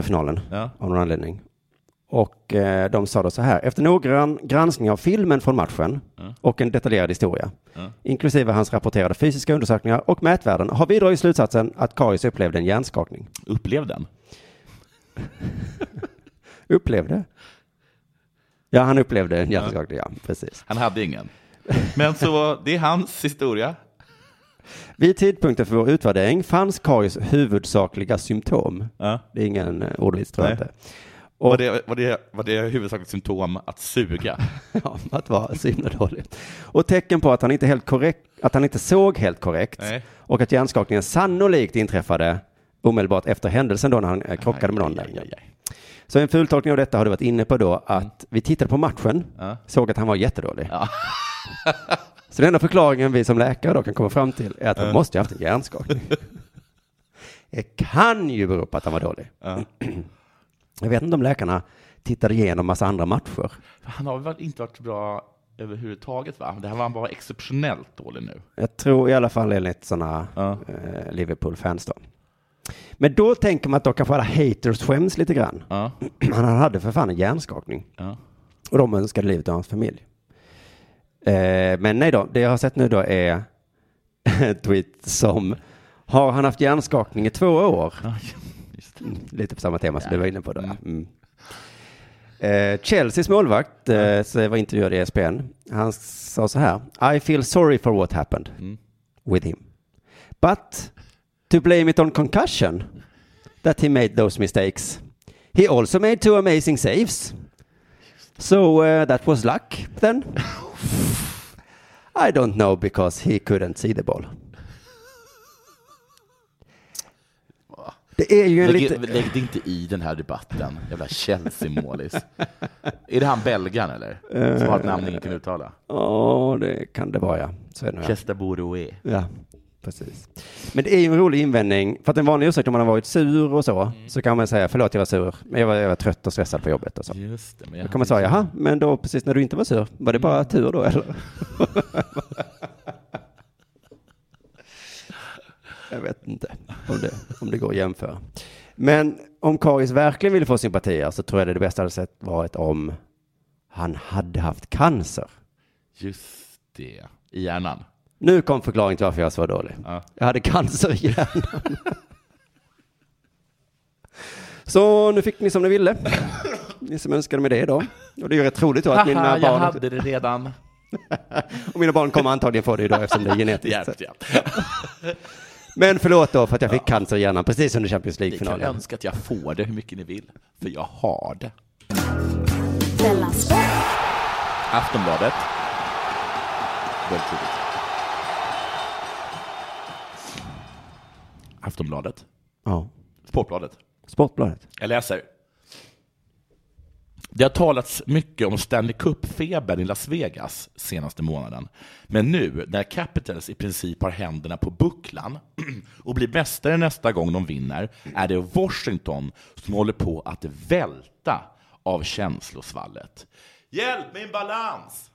finalen
Ja.
av någon anledning. Och eh, de sa då så här, efter noggrann granskning av filmen från matchen
Ja.
och en detaljerad historia,
Ja.
inklusive hans rapporterade fysiska undersökningar och mätvärden, har vi dragit slutsatsen att Karius upplevde en hjärnskakning.
Upplevde den?
Upplevde? Ja, han upplevde en hjärnskakning, ja, precis.
Han hade ingen. Men så, det är hans historia.
Vid tidpunkten för vår utvärdering fanns Karius huvudsakliga symptom.
Ja.
Det är ingen eh, ordvits, tror jag
Nej.
inte.
Var det, var det, var det huvudsakligt symptom
<laughs>
att suga?
Ja, att vara så himla dålig. Och tecken på att han inte, helt korrekt, att han inte såg helt korrekt
Nej.
och att hjärnskakningen sannolikt inträffade omedelbart efter händelsen då när han eh, krockade med någon.
Aj, aj, aj. Mm.
Så en fultolkning av detta har du varit inne på då att vi tittade på matchen,
Ja.
såg att han var jättedålig. <laughs> så den enda förklaringen vi som läkare då kan komma fram till är att han
Ja.
måste ha haft en
<laughs>
hjärnskakning. det kan ju bero på att han var dålig.
Ja.
<clears throat> Jag vet inte om läkarna tittade igenom massa andra matcher.
Han har väl inte varit bra överhuvudtaget, va? Det här var han bara exceptionellt dålig nu.
Jag tror i alla fall enligt sådana
Ja.
eh, Liverpool-fans då. Men då tänker man att då kanske alla haters skäms lite grann.
Ja.
<clears throat> Han hade för fan en hjärnskakning
Ja.
och de önskade livet av hans familj. Eh, men nej då, det jag har sett nu då är <laughs> en tweet som har han haft hjärnskakning i två år?
Just det.
Mm, Lite på samma tema som du var inne på då. ja. Mm. Eh, Chelseas målvakt eh, så var intervjuad i ESPN. Han sa så här. I feel sorry for what happened with him. But to blame it on concussion that he made those mistakes. He also made two amazing saves. So eh, that was luck then. I don't know because he couldn't see the ball. Det är ju en
Lägg,
lite...
lägg dig inte i den här debatten,
<laughs>
jävla Chelsea-målis. är det han belgaren, eller? Som har ett namn ingen kan uttala?
Ja, det kan det vara, ja. Så är det nog, ja.
Chester Boroué.
ja. Precis. Men det är ju en rolig invändning. För att en vanlig ursäkt om man har varit sur och så, så kan man säga förlåt jag var sur, men jag var, jag var trött och stressad på jobbet och så.
Just det, men
Då
jag
kan man säga jaha, men då precis när du inte var sur, var det bara tur då eller? <laughs> jag vet inte om det, om det går att jämföra. Men om Karis verkligen ville få sympatier så tror jag det, det bästa hade sett varit om han hade haft cancer.
Just det, i hjärnan.
Nu kom förklaringen till varför jag var så dålig.
Ja.
Jag hade cancer i hjärnan. <laughs> så nu fick ni som ni ville. Ni som önskade mig det då. Och det är ju rätt troligt då att mina
Haha, jag
barn,
hade det redan.
<laughs> och mina barn kommer antagligen få det idag eftersom det är
<laughs>
genetiskt.
Jävligt, jävligt.
Men förlåt då för att jag fick cancer i hjärnan precis under Champions
Ni kan
League-finalen.
önska att jag får det hur mycket ni vill, för jag har det.
Della Sport.
Aftonbladet. Väldigt tidigt. Aftonbladet.
Ja.
Sportbladet.
Sportbladet.
Jag läser. Det har talats mycket om Stanley Cup-febern i Las Vegas senaste månaden. Men nu, när Capitals i princip har händerna på bucklan <clears throat> och blir mästare nästa gång de vinner, är det Washington som håller på att välta av känslosvallet. Hjälp min balans!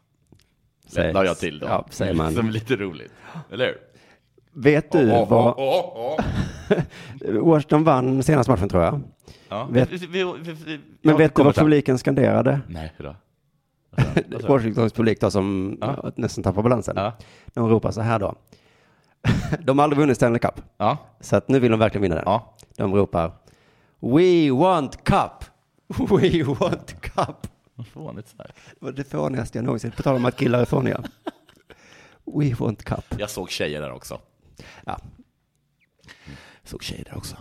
Sägs-
La jag till då.
Ja, säger man.
Som är lite roligt, eller hur?
Vet du
Åh, åh,
vad...
åh, åh, åh.
Washington vann senaste matchen tror jag.
Ja.
Vet...
Vi- vi- vi- vi-
Men
ja,
vet du
kommer
vad
sen.
publiken skanderade?
Nej, hur då? sa du?
Washingtons publik då som ja. nästan tappar balansen. De ropar så här då. <laughs> De har aldrig vunnit Stanley Cup. Så att nu vill de verkligen vinna den. De ropar We want cup! <laughs> We want cup!
Fånigt starkt.
Det var det fånigaste jag någonsin, på tal om att killar är
<laughs>
fåniga. We want cup.
Jag såg tjejer där också.
Ja.
Såg tjejer där också.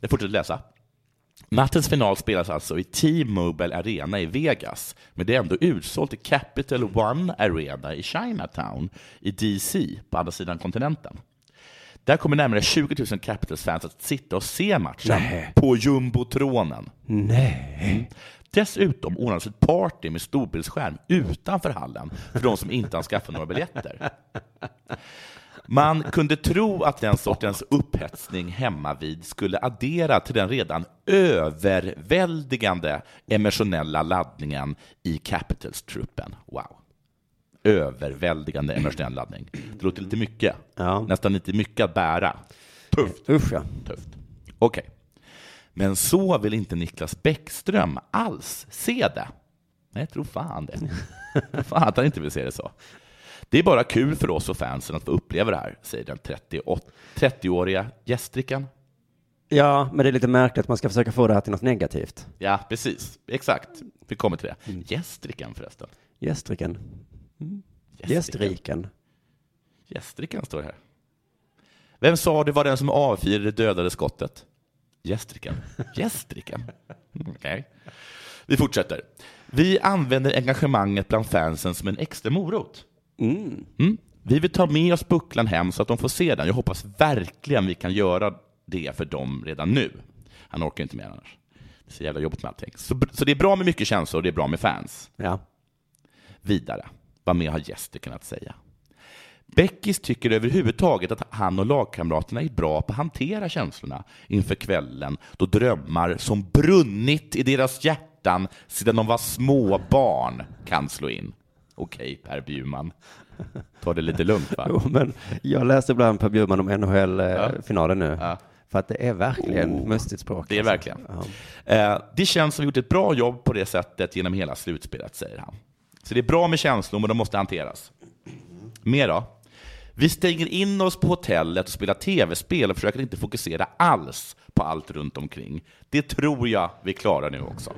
Jag fortsätter läsa. Nattens final spelas alltså i T-Mobile Arena i Vegas, men det är ändå utsålt i Capital One Arena i Chinatown i DC, på andra sidan kontinenten. Där kommer närmare 20 000 Capitals-fans att sitta och se matchen
Nej.
på jumbotronen.
Nej.
Dessutom ordnades ett party med storbildsskärm utanför hallen för de som inte har skaffat några biljetter. Man kunde tro att den sortens upphetsning hemma vid skulle addera till den redan överväldigande emotionella laddningen i Capitals-truppen. Wow. Överväldigande emotionell laddning. Det låter lite mycket. Nästan lite mycket att bära. Tufft.
Usch ja.
Tufft. Okej. Men så vill inte Niklas Bäckström alls se det. Nej, tro fan det. Tro fan att han inte vill se det så. Det är bara kul för oss och fansen att få uppleva det här, säger den 38 30-åriga gästrikan.
Ja, men det är lite märkligt att man ska försöka få det här till något negativt.
Ja, precis. Exakt. Vi kommer till det. Gästrikan förresten.
Gästriken. Gästriken.
Gästrikan står här. Vem sa det var den som avfyrade det dödade skottet? Gästrikan. Gästrikan? Mm, Okej. Vi fortsätter. Vi använder engagemanget bland fansen som en extra morot. Mm. Vi vill ta med oss bucklan hem så att de får se den. Jag hoppas verkligen vi kan göra det för dem redan nu. Han orkar inte mer annars. Det är så jävla jobbigt med allting. Så, så det är bra med mycket känslor och det är bra med fans.
Ja.
Vidare, vad mer har Jester kunnat säga? Beckis tycker överhuvudtaget att han och lagkamraterna är bra på att hantera känslorna inför kvällen då drömmar som brunnit i deras hjärtan sedan de var små barn kan slå in. Okej, Per Bjurman. Ta det lite lugnt va?
Jo, men jag läste ibland Per Bjurman om NHL-finalen eh, nu. För att det är verkligen mustigt språk.
Oh.
alltså.
Det är verkligen. Eh, det känns som vi gjort ett bra jobb på det sättet genom hela slutspelet, säger han. Så det är bra med känslor, men de måste hanteras. Mer då? Vi stänger in oss på hotellet och spelar tv-spel och försöker inte fokusera alls på allt runt omkring. Det tror jag vi klarar nu också.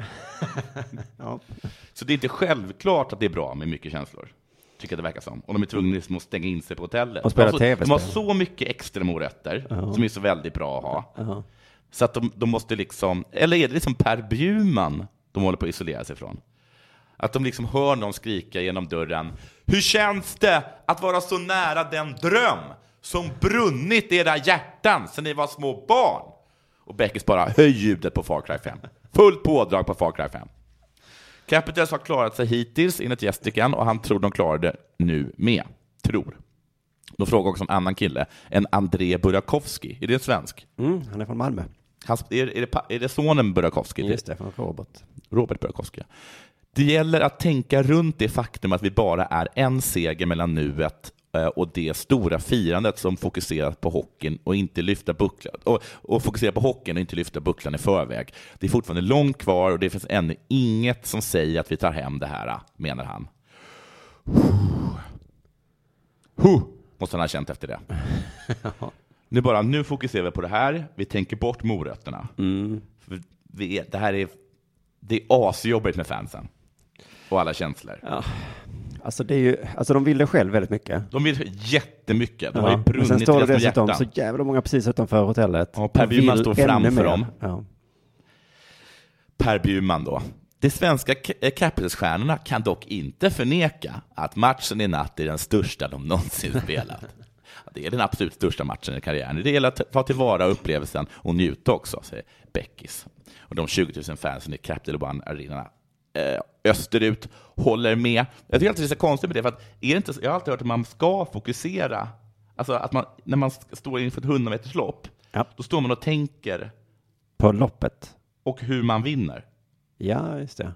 Så det är inte självklart att det är bra med mycket känslor. Tycker jag det verkar som. Om de är tvungna liksom att stänga in sig på hotellet.
Och spela
de, har så- de
TV-spel.
har så mycket extra morötter
Ja.
som är så väldigt bra att ha. Så att de, de måste liksom, eller är det liksom Per Bjurman de håller på att isolera sig från? Att de liksom hör någon skrika genom dörren. Hur känns det att vara så nära den dröm som brunnit i era hjärtan sedan ni var små barn? Och Beckis bara, höj ljudet på Far Cry 5. Fullt pådrag på Far Cry 5. Capitals har klarat sig hittills enligt Gästrikan och han tror de klarar det nu med. Tror. De frågar också en annan kille, en André Burakovsky. Är det en svensk?
Mm, han är från Malmö.
Hans, är, är, det, pa- är det sonen Burakovsky?
Just det, från Robert.
Robert Burakovsky. Det gäller att tänka runt det faktum att vi bara är en seger mellan nuet eh, och det stora firandet som fokuserar på hockeyn och inte lyfta bucklan. Och, och fokuserar på hockeyn och inte lyfta bucklan i förväg. Det är fortfarande långt kvar och det finns ännu inget som säger att vi tar hem det här, eh, menar han. Huh, måste han ha känt efter det. Nu bara, nu fokuserar vi på det här. Vi tänker bort morötterna. För Vi är, det här är, det är asjobbigt med fansen. Och alla känslor.
Alltså, det är ju, alltså de vill det själv väldigt mycket.
De vill jättemycket. De har ju
Ja, men
brunnit
sen
i
står det
deras
dessutom
hjärtan.
så jävla många precis utanför hotellet.
Ja, Per
De vill
Bjurman står
ännu
framför
mer.
dem.
Ja.
Per Bjurman då. De svenska Ca- eh, Capitals-stjärnorna kan dock inte förneka att matchen i natt är den största de någonsin <laughs> spelat. Det är den absolut största matchen i karriären. Det gäller att ta tillvara upplevelsen och njuta också, säger Beckis. Och de 20 000 fansen i Capital One Arena eh, österut håller med. Jag tycker alltid det är så konstigt med det, för att är det inte, så- jag har alltid hört att man ska fokusera. Alltså att man, när man står inför ett 100 meterslopp, då står man och tänker
På loppet.
och hur man vinner.
Ja, just det.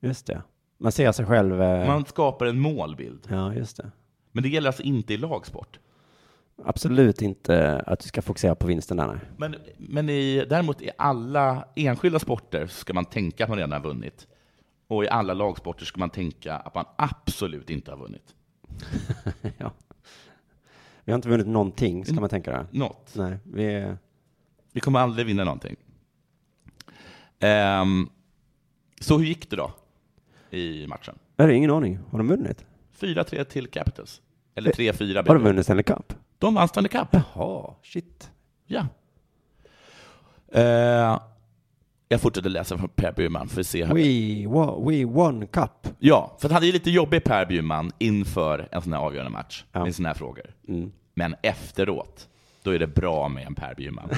Just det. Man ser sig själv. eh,
Man skapar en målbild.
Ja, just det.
Men det gäller alltså inte i lagsport.
Absolut inte att du ska fokusera på vinsten där. nej. <laughs>
Men, men i, däremot i alla enskilda sporter ska man tänka att man redan har vunnit. Och i alla lagsporter ska man tänka att man absolut inte har vunnit.
Vi har inte vunnit någonting,
Mm.
ska man tänka där.
Något.
Nej, vi är...
Vi kommer aldrig vinna någonting. Ehm, så hur gick det då i matchen?
Jag har ingen aning. Har de vunnit?
4-3 till Capitals. Eller 3-4.
Har
blev
de
det.
vunnit Stanley Cup?
De vann Stanley Cup.
Jaha, shit.
Ja. Eh, jag fortsätter läsa från Per Bjurman för att se. Här.
We, wa- we won cup.
Ja, för att han är lite jobbig Per Bjurman inför en sån här avgörande match. Med såna här frågor. Men efteråt, då är det bra med en Per Bjurman.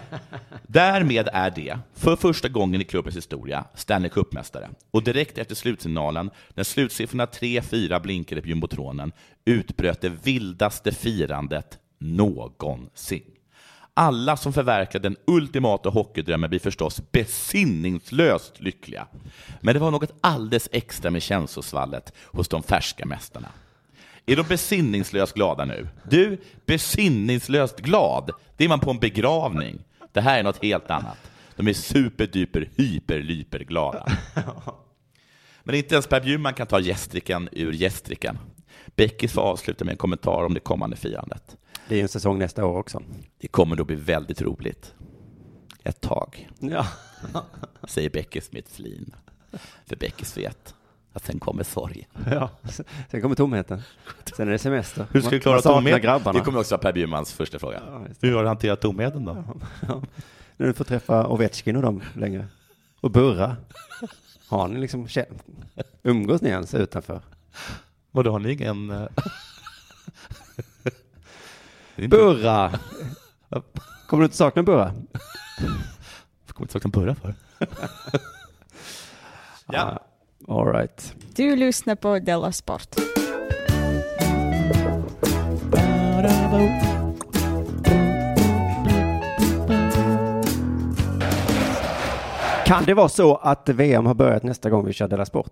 <laughs> Därmed är det, för första gången i klubbens historia, Stanley Cup-mästare. Och direkt efter slutsignalen, när slutsiffrorna 3-4 blinkade på jumbotronen, utbröt det vildaste firandet någonsin. Alla som förverkade den ultimata hockeydrömmen blir förstås besinningslöst lyckliga. Men det var något alldeles extra med känslosvallet hos de färska mästarna. Är de besinningslöst glada nu? Du, besinningslöst glad, det är man på en begravning. Det här är något helt annat. De är superduper hyperlyper glada. Men inte ens Per Bjurman kan ta gästriken ur gästriken. Beckis får avsluta med en kommentar om det kommande firandet.
Det är ju en säsong nästa år också.
Det kommer då bli väldigt roligt. Ett tag.
Ja. <laughs>
Säger Beckis med ett flin. För Beckis vet att sen kommer sorgen.
Ja, sen kommer tomheten. Sen är det semester.
Hur ska
Man-
du klara
man saknar
tomheten?
grabbarna.
Det kommer också vara Per Bjurmans första fråga.
just
Hur har du hanterat tomheten då?
Ja. När du får träffa Ovechkin och dem längre. Och Burra. Har ni liksom kä- umgås ni ens <laughs> utanför?
Vadå, har ni ingen... eh, Det är inte-
Burra! Kommer du inte sakna Burra?
Jag kommer inte sakna Burra för.
<laughs> ja. All right.
Du lyssnar på Della Sport.
Kan det vara så att VM har börjat nästa gång vi kör Della Sport?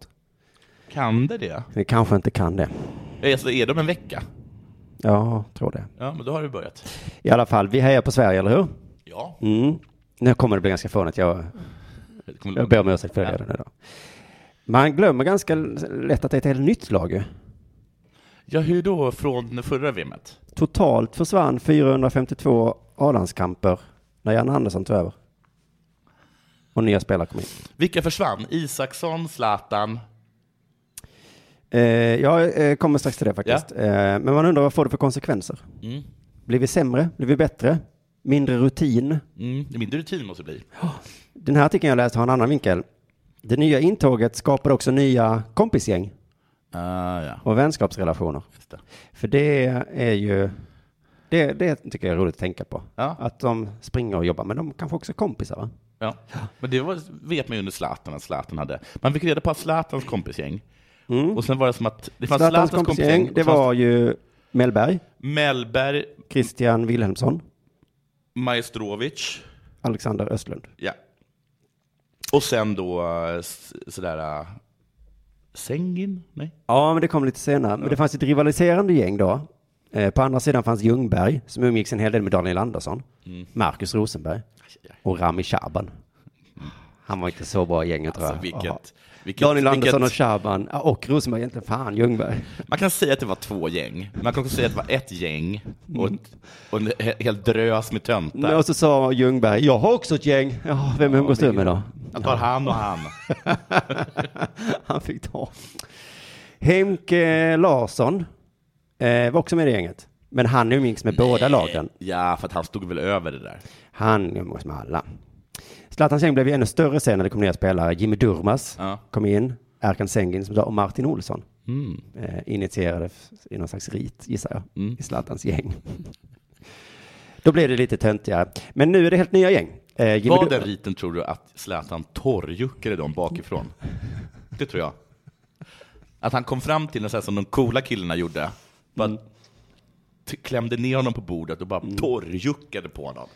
Kan det det?
Vi kanske inte kan det.
Alltså, är de en vecka?
Ja, tror det.
Ja, men då har du börjat.
I alla fall, vi hejar på Sverige, eller hur?
Ja.
Mm. Nu kommer det bli ganska fånigt. Jag,
kommer-
jag ber om ursäkt för det redan idag. Man glömmer ganska lätt att det är ett helt nytt lag ju.
Ja, hur då från förra VMet?
Totalt försvann 452 A-landskamper när Jan Andersson tog över. Och nya spelare kom in.
Vilka försvann? Isaksson, Zlatan?
Eh, jag eh, kommer strax till det faktiskt. Eh, men man undrar vad får det för konsekvenser?
Mm.
Blir vi sämre? Blir vi bättre? Mindre rutin?
Mm. Min rutin måste bli.
Den här artikeln jag läst har en annan vinkel. Det nya intåget skapar också nya kompisgäng och vänskapsrelationer. För det är ju, det, det tycker jag är roligt att tänka på. Att de springer och jobbar, men de kanske också är kompisar va?
Ja. Men det var, vet man ju under Zlatan att Zlatan hade. Man fick reda på att Zlatans kompisgäng. Och sen var det som att det fanns
Mm. Zlatans kompisgäng,
och
det
så fanns
var ju Mellberg,
Mellberg,
Christian Wilhelmsson,
Majstrovic.
Alexander Östlund.
Ja. Och sen då eh, s- sådär... eh, Sengin? Nej.
Ja, men det kom lite senare. Men det fanns ett rivaliserande gäng då. Eh, På andra sidan fanns Ljungberg, som umgicks en hel del med Daniel Andersson,
Mm.
Marcus Rosenberg och Rami Shaban. Han var inte så bra i gänget tror jag.
Alltså, vilket-
Ja.
vilket-
Daniel Andersson
vilket-
och Shaban, ja, och Rosenberg egentligen, fan Ljungberg.
Man kan säga att det var två gäng. Man kan också säga att det var ett gäng och,
Mm.
ett, och en he- hel drös med töntar.
Och så sa Ljungberg, jag har också ett gäng. Ja, vem umgås du med då?
Jag tar han och han.
Han fick ta. Henke Larsson eh, var också med i det gänget. Men han umgicks med båda lagen.
Ja, för att han stod väl över det där.
Han umgås med alla. Zlatans gäng blev ju ännu större sen när det kom nya spelare. Jimmy Durmaz kom in, Erkan Sengin som sa, och Martin Olsson.
Mm.
Eh, initierade f- i någon slags rit, gissar jag, i Zlatans gäng. Då blev det lite töntigare. Men nu är det helt nya gäng. Eh, Jimmy
Var
Du-
den riten tror du att Zlatan torrjuckade dem bakifrån? Det tror jag. Att han kom fram till den så här som de coola killarna gjorde. Bara
Mm.
t- klämde ner honom på bordet och bara torrjuckade på honom.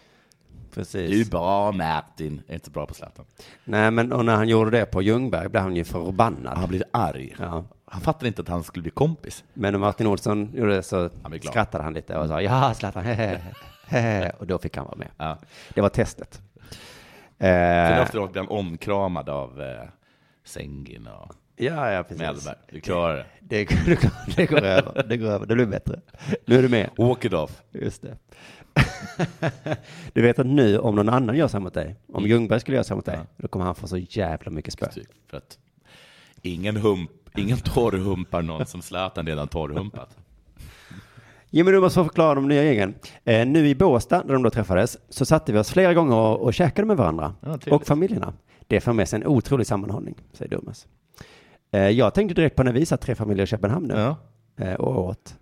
Precis.
Du är bra Martin, Jag är inte bra på Zlatan.
Nej, men och när han gjorde det på Ljungberg blev han ju förbannad. Han
blev arg.
Ja.
Han fattade inte att han skulle bli kompis.
Men när Martin Olsson gjorde det så
blev glad.
skrattade han lite och sa ja, Zlatan, hehe, hehe." och då fick han vara med. Det var testet.
Sen
Eh,
efteråt blev han omkramad av eh, Sengin och
Ja, ja, precis.
Mellberg. Du klarar det.
Det, det, går- det går över, det går över, det blir bättre. Nu är du med.
Walk it off.
Just det. <laughs> Du vet att nu om någon annan gör samma mot dig, om Ljungberg skulle göra samma mot dig, då kommer han få så jävla mycket spö.
För att ingen, hump, ingen torrhumpar någon som Zlatan redan torrhumpat.
Jo, men du måste få förklara de nya gängen. Eh, nu i Båstad, där de då träffades, så satte vi oss flera gånger och, och käkade med varandra
Ja, trevligt.
och familjerna. Det för med sig en otrolig sammanhållning, säger Durmaz. Eh, jag tänkte direkt på när vi satt tre familjer i Köpenhamn nu eh, och åt.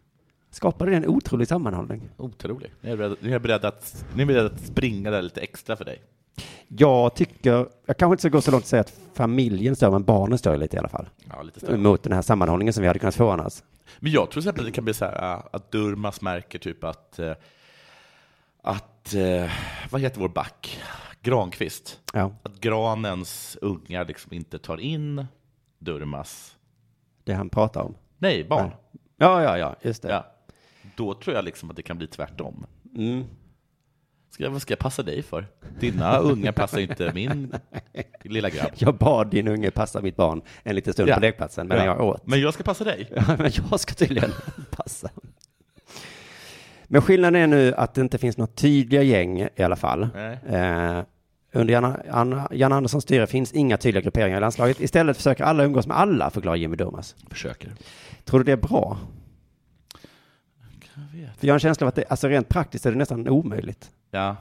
Skapade det en otrolig sammanhållning?
Otrolig. Nu är jag beredd, nu är jag beredd, att, nu är jag beredd att springa där lite extra för dig.
Jag tycker, jag kanske inte ska gå så långt att säga att familjen stör, men barnen stör ju lite i alla fall.
Ja, lite större.
Mot den här sammanhållningen som vi hade kunnat få annars.
Men jag tror till exempel att det kan bli så här äh, att Durmaz märker typ att, eh, att eh, vad heter vår back? Granqvist.
Ja.
Att granens ungar liksom inte tar in Durmaz.
Det han pratar om.
Nej, barn.
Ja, ja, ja, just det.
Ja. Då tror jag liksom att det kan bli tvärtom.
Mm.
Ska jag, vad ska jag passa dig för? Dina ungar passar ju inte min lilla grabb.
Jag bad din unge passa mitt barn en liten stund
Ja.
på lekplatsen medan
Ja.
jag åt.
Men jag ska passa dig.
Ja, <laughs> men jag ska tydligen <laughs> passa. Men skillnaden är nu att det inte finns några tydliga gäng i alla fall.
Nej.
Eh, under Janne, Anna, Janne Anderssons styre finns inga tydliga grupperingar i landslaget. Istället försöker alla umgås med alla, förklarar Jimmy Durmaz.
Försöker.
Tror du det är bra?
Jag vet.
För jag har en känsla av att det, alltså rent praktiskt är det nästan omöjligt.
Ja.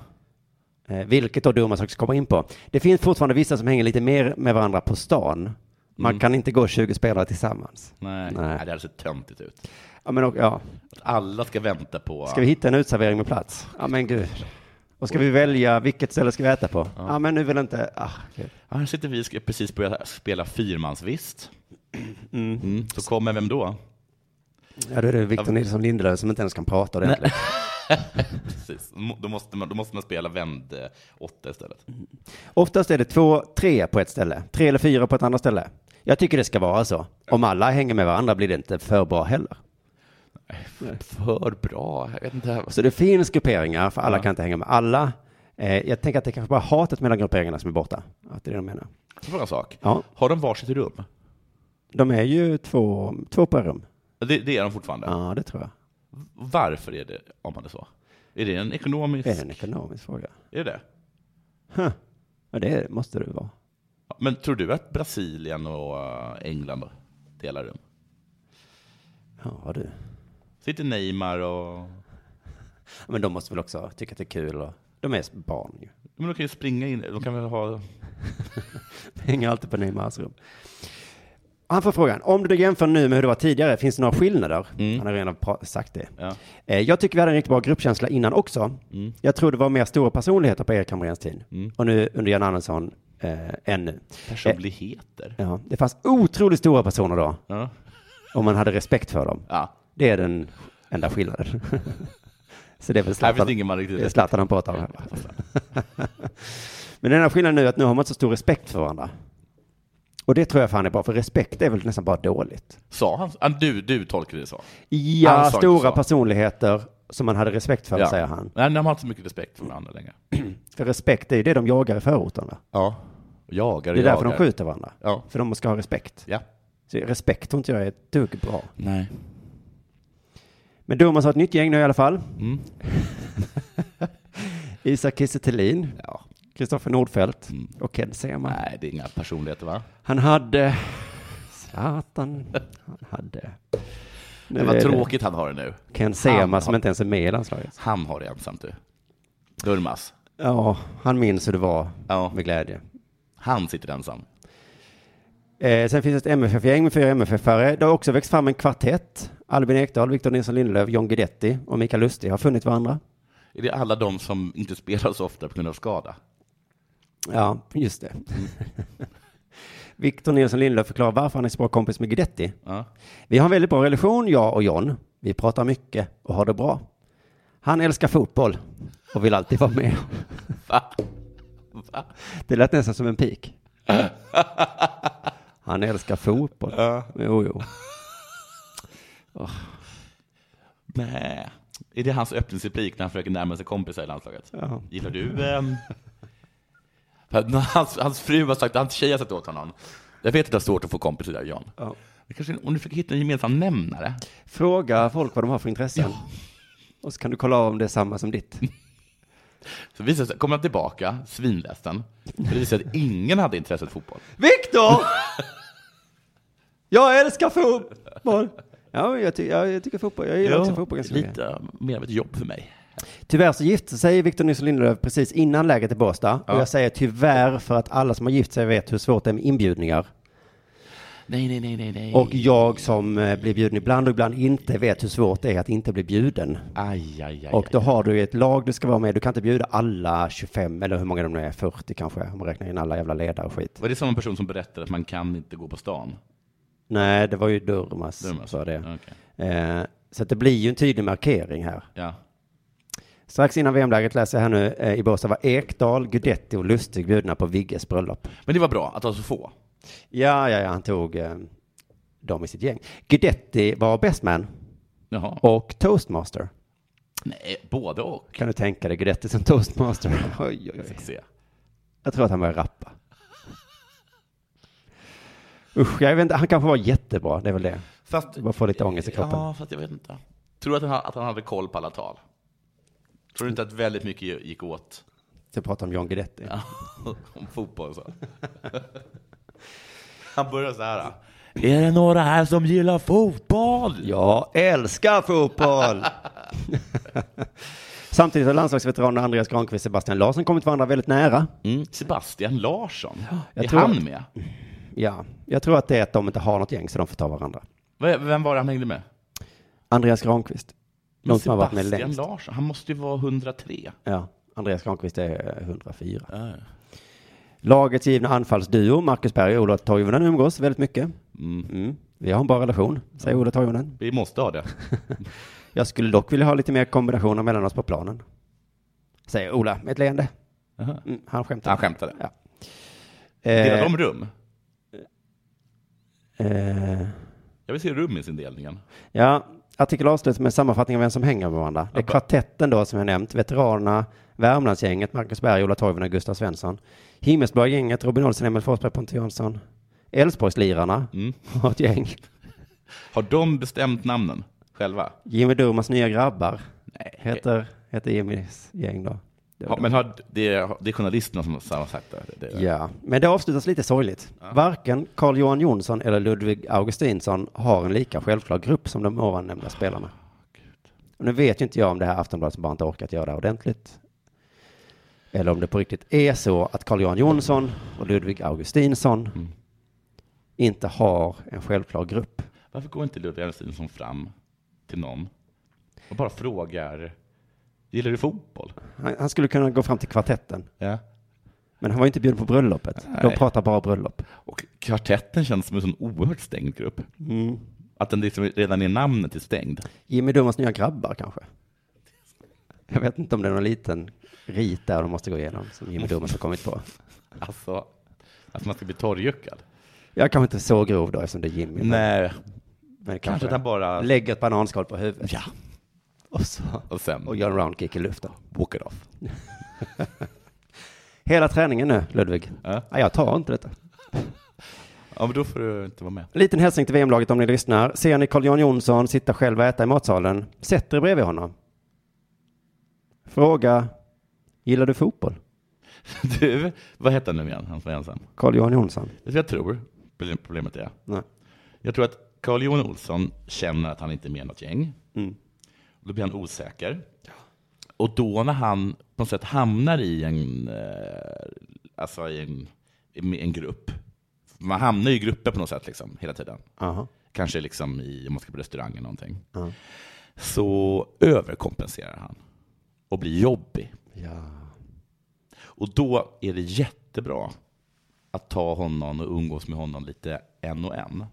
Eh, vilket då Durmaz också kommer in på. Det finns fortfarande vissa som hänger lite mer med varandra på stan. Man
Mm.
kan inte gå 20 spelare tillsammans.
Nej.
Nej.
Nej. Det hade sett töntigt ut.
Ja, men, och- ja.
Att alla ska vänta på...
Ska vi hitta en utservering med plats? Ja men gud. Och ska vi välja vilket ställe ska vi äta på? Ja, men nu vill inte... Ah, gud.
Ja, här sitter vi och ska precis börja spela fyrmansvist. Mm. Så kommer vem då?
ja då är det Victor Nilsson Lindelöf som inte ens kan prata ordentligt.
Precis. Då, måste man, då måste man spela vänd eh, åtta istället.
Oftast är det två, tre på ett ställe. Tre eller fyra på ett annat ställe. Jag tycker det ska vara så. Om alla hänger med varandra blir det inte för bra heller.
För bra. Jag vet inte.
Så det finns grupperingar, för alla
Ja.
kan inte hänga med alla. Eh, jag tänker att det kanske bara är hatet mellan grupperingarna som är borta. Att det är det de menar.
Så fråga en sak.
Ja.
Har de varsitt rum?
De är ju två, två per rum.
Det, det är de fortfarande.
Ja, det tror jag.
Varför är det om man är så? Är det en ekonomisk...
Det är en ekonomisk fråga.
Är det?
Huh. Ja, det måste det vara.
Ja, Men tror du att Brasilien och eh, England delar rum?
Ja, du.
Sitter Neymar och...
Men de måste väl också tycka att det är kul och de är barn ju.
Men de kan ju springa in. De kan väl ha...
Hänger alltid på Neymars rum. Han får frågan, om du jämför nu med hur det var tidigare, finns det några skillnader? Han har redan pra- sagt det.
Mm. Ja.
Eh, Jag tycker vi hade en riktigt bra gruppkänsla innan också.
Mm.
Jag tror det var mer stora personligheter på Erik Hamréns tid.
Mm.
Och nu under Jan Andersson eh, än nu.
Personligheter.
Ja, det fanns otroligt stora personer då.
Ja.
Och man hade respekt för dem.
Ja.
Det är den enda skillnaden. <laughs> Så det är väl
Här finns
Zlatan,
det ingen man riktigt...
det är Zlatan han pratar om. <laughs> Men den enda skillnaden nu är att nu har man inte så stor respekt för varandra. Och det tror jag fan är bra, för respekt är väl nästan bara dåligt.
Sa han? Ah, Du, du tolkade det så? Han sa
Ja,
inte
stora
så.
personligheter som man hade respekt för,
Ja.
säger han.
Nej, de har inte så mycket respekt för varandra längre.
För respekt är ju det de jagar i förorterna.
Ja. Jagar och
Det är därför
jagar.
de skjuter varandra.
Ja.
För de ska ha respekt.
Ja.
Så respekt tror inte jag är ett dugg bra.
Nej.
Men Durmaz har ett nytt gäng nu i alla fall.
Mm.
<laughs> Isak Kiese Thelin,
Ja. Mm.
Kristoffer Nordfeldt och Ken Sema.
Nej, det är inga personligheter va?
Han hade... Zlatan. Han hade... Nu
Det var
är det
tråkigt han har det nu.
Ken Sema
Han
som
har-
inte ens är med i landslaget.
Han har det ensamt du. Durmaz.
Ja, han minns hur det var
Ja.
med glädje.
Han sitter ensam.
Eh, sen finns det ett MFF-gäng med fyra MFF-are. Det har också växt fram en kvartett. Albin Ekdal, Victor Nilsson Lindelöf, John Guidetti och Mikael Lustig har funnit varandra.
Är det alla de som inte spelar så ofta på grund av skada?
Ja, just <laughs> det. Victor Nilsson Lindelöf förklarar varför han är så bra kompis med Guidetti. Vi har en väldigt bra relation, jag och John. Vi pratar mycket och har det bra. Han älskar fotboll och vill alltid vara <laughs> med.
Va?
Det lät nästan som en pik. <laughs> Han älskar fotboll. Jo, jo.
Nej. Är det hans öppningsreplik när han försöker närma sig kompisar i landslaget?
Ja.
Gillar du... ehm, <laughs> för att när Hans, hans fru har sagt, hans tjej har sagt åt honom. Jag vet att det är svårt att få kompisar där, Jan.
Ja.
Kanske, om du försöker hitta en gemensam nämnare.
Fråga folk vad de har för intressen. Och så kan du kolla av om det är samma som ditt.
Så visade det sig, kom han tillbaka, svinledsen. För Det visade sig att ingen hade intresse för fotboll.
<laughs> Viktor! Jag älskar fotboll! Ja, jag, ty- jag, jag tycker fotboll, jag gillar
Ja,
också fotboll ganska mycket.
lite eh, mer av ett jobb för mig.
Tyvärr så gifte sig Victor Nilsson Lindelöf precis innan läget i Båstad.
Ja.
Och jag säger tyvärr för att alla som har gift sig vet hur svårt det är med inbjudningar.
Nej, nej, nej, nej, nej.
Och jag som eh, blir bjuden ibland och ibland inte vet hur svårt det är att inte bli bjuden.
Aj, aj, aj,
Och då
aj.
har du ett lag du ska vara med. Du kan inte bjuda alla 25 eller hur många de nu är, 40 kanske, om man räknar in alla jävla ledare och skit.
Var det samma person som berättade att man kan inte gå på stan?
Nej, det var ju Durmaz som
Durmaz,
sa det. Eh, så att det blir ju en tydlig markering här.
Ja.
Strax innan VM-läget läser jag här nu, eh, i Båstad var Ekdal, Guidetti och Lustig bjudna på Vigges bröllop.
Men det var bra att ha så få.
Ja, ja, ja, han tog eh, dem i sitt gäng. Guidetti var best man
Jaha.
och toastmaster.
Nej, både och.
Kan du tänka dig Guidetti som toastmaster? <laughs> Oj, oj,
Jag ska
oj.
se.
Jag tror att han började rappa. Usch, jag vet inte, han kanske var jättebra, det är väl det.
Fast-
Bara få lite ångest i kroppen.
Ja, fast jag vet inte. Tror du att han, ha- att han hade koll på alla tal? Tror du inte att väldigt mycket gick <laughs> åt
Så prata om John Guidetti.
om fotboll? Så? <laughs> Han börjar så här. Är det några här som gillar fotboll?
Jag älskar fotboll! <laughs> Samtidigt har landslagsveteranen Andreas Granqvist och Sebastian Larsson kommit varandra väldigt nära.
Mm. Sebastian Larsson?
jag
är
tror
han
att-
med?
Ja, jag tror att det är att de inte har något gäng så de får ta varandra.
V- Vem var det han hängde med?
Andreas Granqvist. Någon som har varit med
Sebastian
längst.
Larsson? Han måste ju vara 103.
Ja, Andreas Granqvist är eh, 104.
Ja, ja.
Lagets givna anfallsduo, Marcus Berg och Ola Toivonen umgås väldigt mycket.
Mm.
Vi har en bra relation, säger Ola Toivonen.
Vi måste ha det.
Jag skulle dock vilja ha lite mer kombinationer mellan oss på planen. Säger Ola med ett leende.
Aha.
Mm, han skämtar.
Han skämtade.
Ja.
Delar
Eh,
de rum?
eh,
Jag vill se rum i sin delningen.
Ja, artikel avslutas med en sammanfattning av vem som hänger med varandra. Det är kvartetten då som jag nämnt, veteranerna, Värmlandsgänget, Marcus Berg, Ola Toivonen och Gustav Svensson. Himmelsblad-gänget, Robin Olsson, Emil Forsberg, Pontus Jansson. Älvsborgslirarna har ett gäng.
Har de bestämt namnen själva?
Jimmy Durmans nya grabbar heter, heter Jimmys gäng då. Det var
Ja, men har, det, är, det är journalisterna som har sagt det. det, det.
Ja, men det avslutas lite sorgligt. Varken Carl Johan Jonsson eller Ludvig Augustinsson har en lika självklar grupp som de ovan nämnda spelarna. Och nu vet ju inte jag om det här Aftonbladet som bara inte orkat göra det här ordentligt. Eller om det på riktigt är så att Carl Johan Jonsson och Ludvig Augustinsson inte har en självklar grupp.
Varför går inte Ludvig Augustinsson fram till någon och bara frågar Gillar du fotboll?
Han, han skulle kunna gå fram till kvartetten.
Ja.
Men han var ju inte bjuden på bröllopet. De
Nej.
pratar bara bröllop.
Och kvartetten känns som en sån oerhört stängd grupp. Att den liksom redan i namnet är stängd.
Jimmy Durmans nya grabbar kanske? Jag vet inte om det är någon liten rit där de måste gå igenom som Jimmy Durmans har kommit på.
Alltså, att man ska bli torrjuckad.
Jag kanske inte är så grov då eftersom det är Jimmy. men-
Nej,
men
kanske att han bara...
Lägger ett bananskal på huvudet.
Ja.
Och så...
Och sen
Och gör en roundkick i luften.
walk it off.
Hela träningen nu, Ludvig.
Ja.
Nej, jag tar inte detta.
Ja, men då får du inte vara med.
Liten hälsning till VM-laget om ni lyssnar. Ser ni Carl-Jan Jonsson sitta själv och äta i matsalen, sätt er bredvid honom. Fråga, gillar du fotboll?
<laughs> Du, vad hette han nu igen, han som var ensam?
Carl-Jan Jonsson.
Vet du vad jag tror problem- problemet är?
Nej.
Jag tror att Carl Johan Olsson känner att han inte är med i något gäng.
Mm.
Då blir han osäker. Och då när han på något sätt hamnar i en, eh, alltså i en, i en grupp, man hamnar ju i grupper på något sätt liksom, hela tiden. Kanske liksom i, om man ska på restaurang eller någonting. Så överkompenserar han och blir jobbig. Och då är det jättebra att ta honom och umgås med honom lite en och en.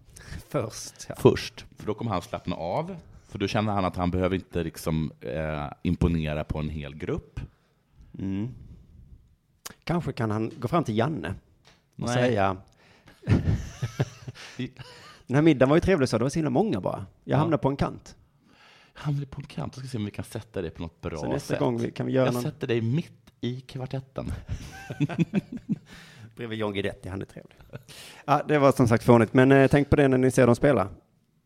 Först. Ja.
Först, för då kommer han slappna av. För då känner han att han behöver inte liksom, eh, imponera på en hel grupp.
Kanske kan han gå fram till Janne och <laughs>
Nej.
säga. Den här middagen var ju trevlig så det var så himla många bara. Jag
Ja.
hamnade på en kant.
Hamnar på en kant, då ska vi se om vi kan sätta dig på något bra
Så nästa
sätt.
gång vi- kan vi göra
Jag
någon-
sätter dig mitt i kvartetten.
Bredvid John Guidetti, han är trevlig. <laughs> Ja, det var som sagt fånigt, men eh, tänk på det när ni ser dem spela.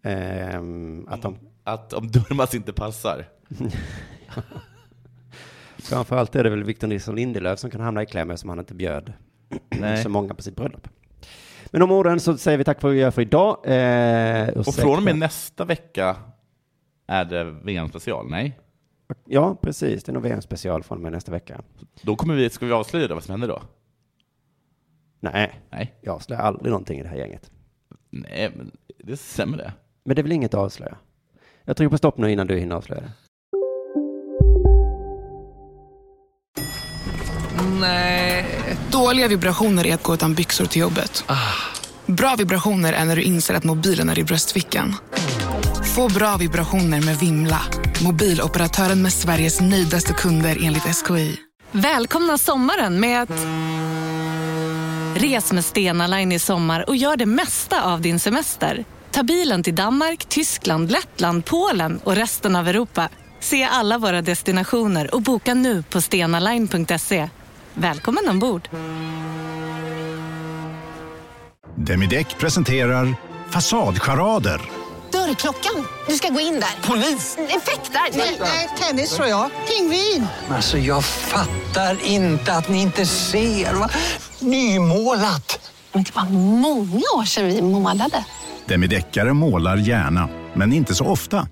Ehm, att de,
Att om Durmaz inte passar.
framförallt är det väl Victor Nilsson Lindelöf som kan hamna i kläm eftersom han inte bjöd
Nej.
så många på sitt bröllop. Men om orden så säger vi tack för vad vi gör för idag. Eh,
Och
ursäkta.
från och med nästa vecka är det VM-special, nej?
Ja, precis. Det är nog VM-special från och med nästa vecka.
Då kommer vi, ska vi avslöja det, vad som händer då?
Nej,
Nej.
jag avslöjar aldrig någonting i det här gänget.
Nej, men det stämmer det.
Men det är väl inget att avslöja? Jag trycker på stopp nu innan du hinner avslöja det.
Nej. Dåliga vibrationer är att gå utan byxor till jobbet.
Ah.
Bra vibrationer är när du inser att mobilen är i bröstfickan. Få bra vibrationer med Vimla. Mobiloperatören med Sveriges nöjdaste kunder enligt SKI.
Välkomna sommaren med att... Res med Stena Line i sommar och gör det mesta av din semester. Ta bilen till Danmark, Tyskland, Lettland, Polen och resten av Europa. Se alla våra destinationer och boka nu på stenaline.se. Välkommen ombord!
Demideck presenterar Fasadcharader.
Dörrklockan. Du ska gå in där. Polis? Effektar? Nej, tennis tror jag. Pingvin.
Alltså jag fattar inte att ni inte ser. Va? Nymålat!
Men det var många år sedan vi målade.
Demideckare målar gärna, men inte så ofta.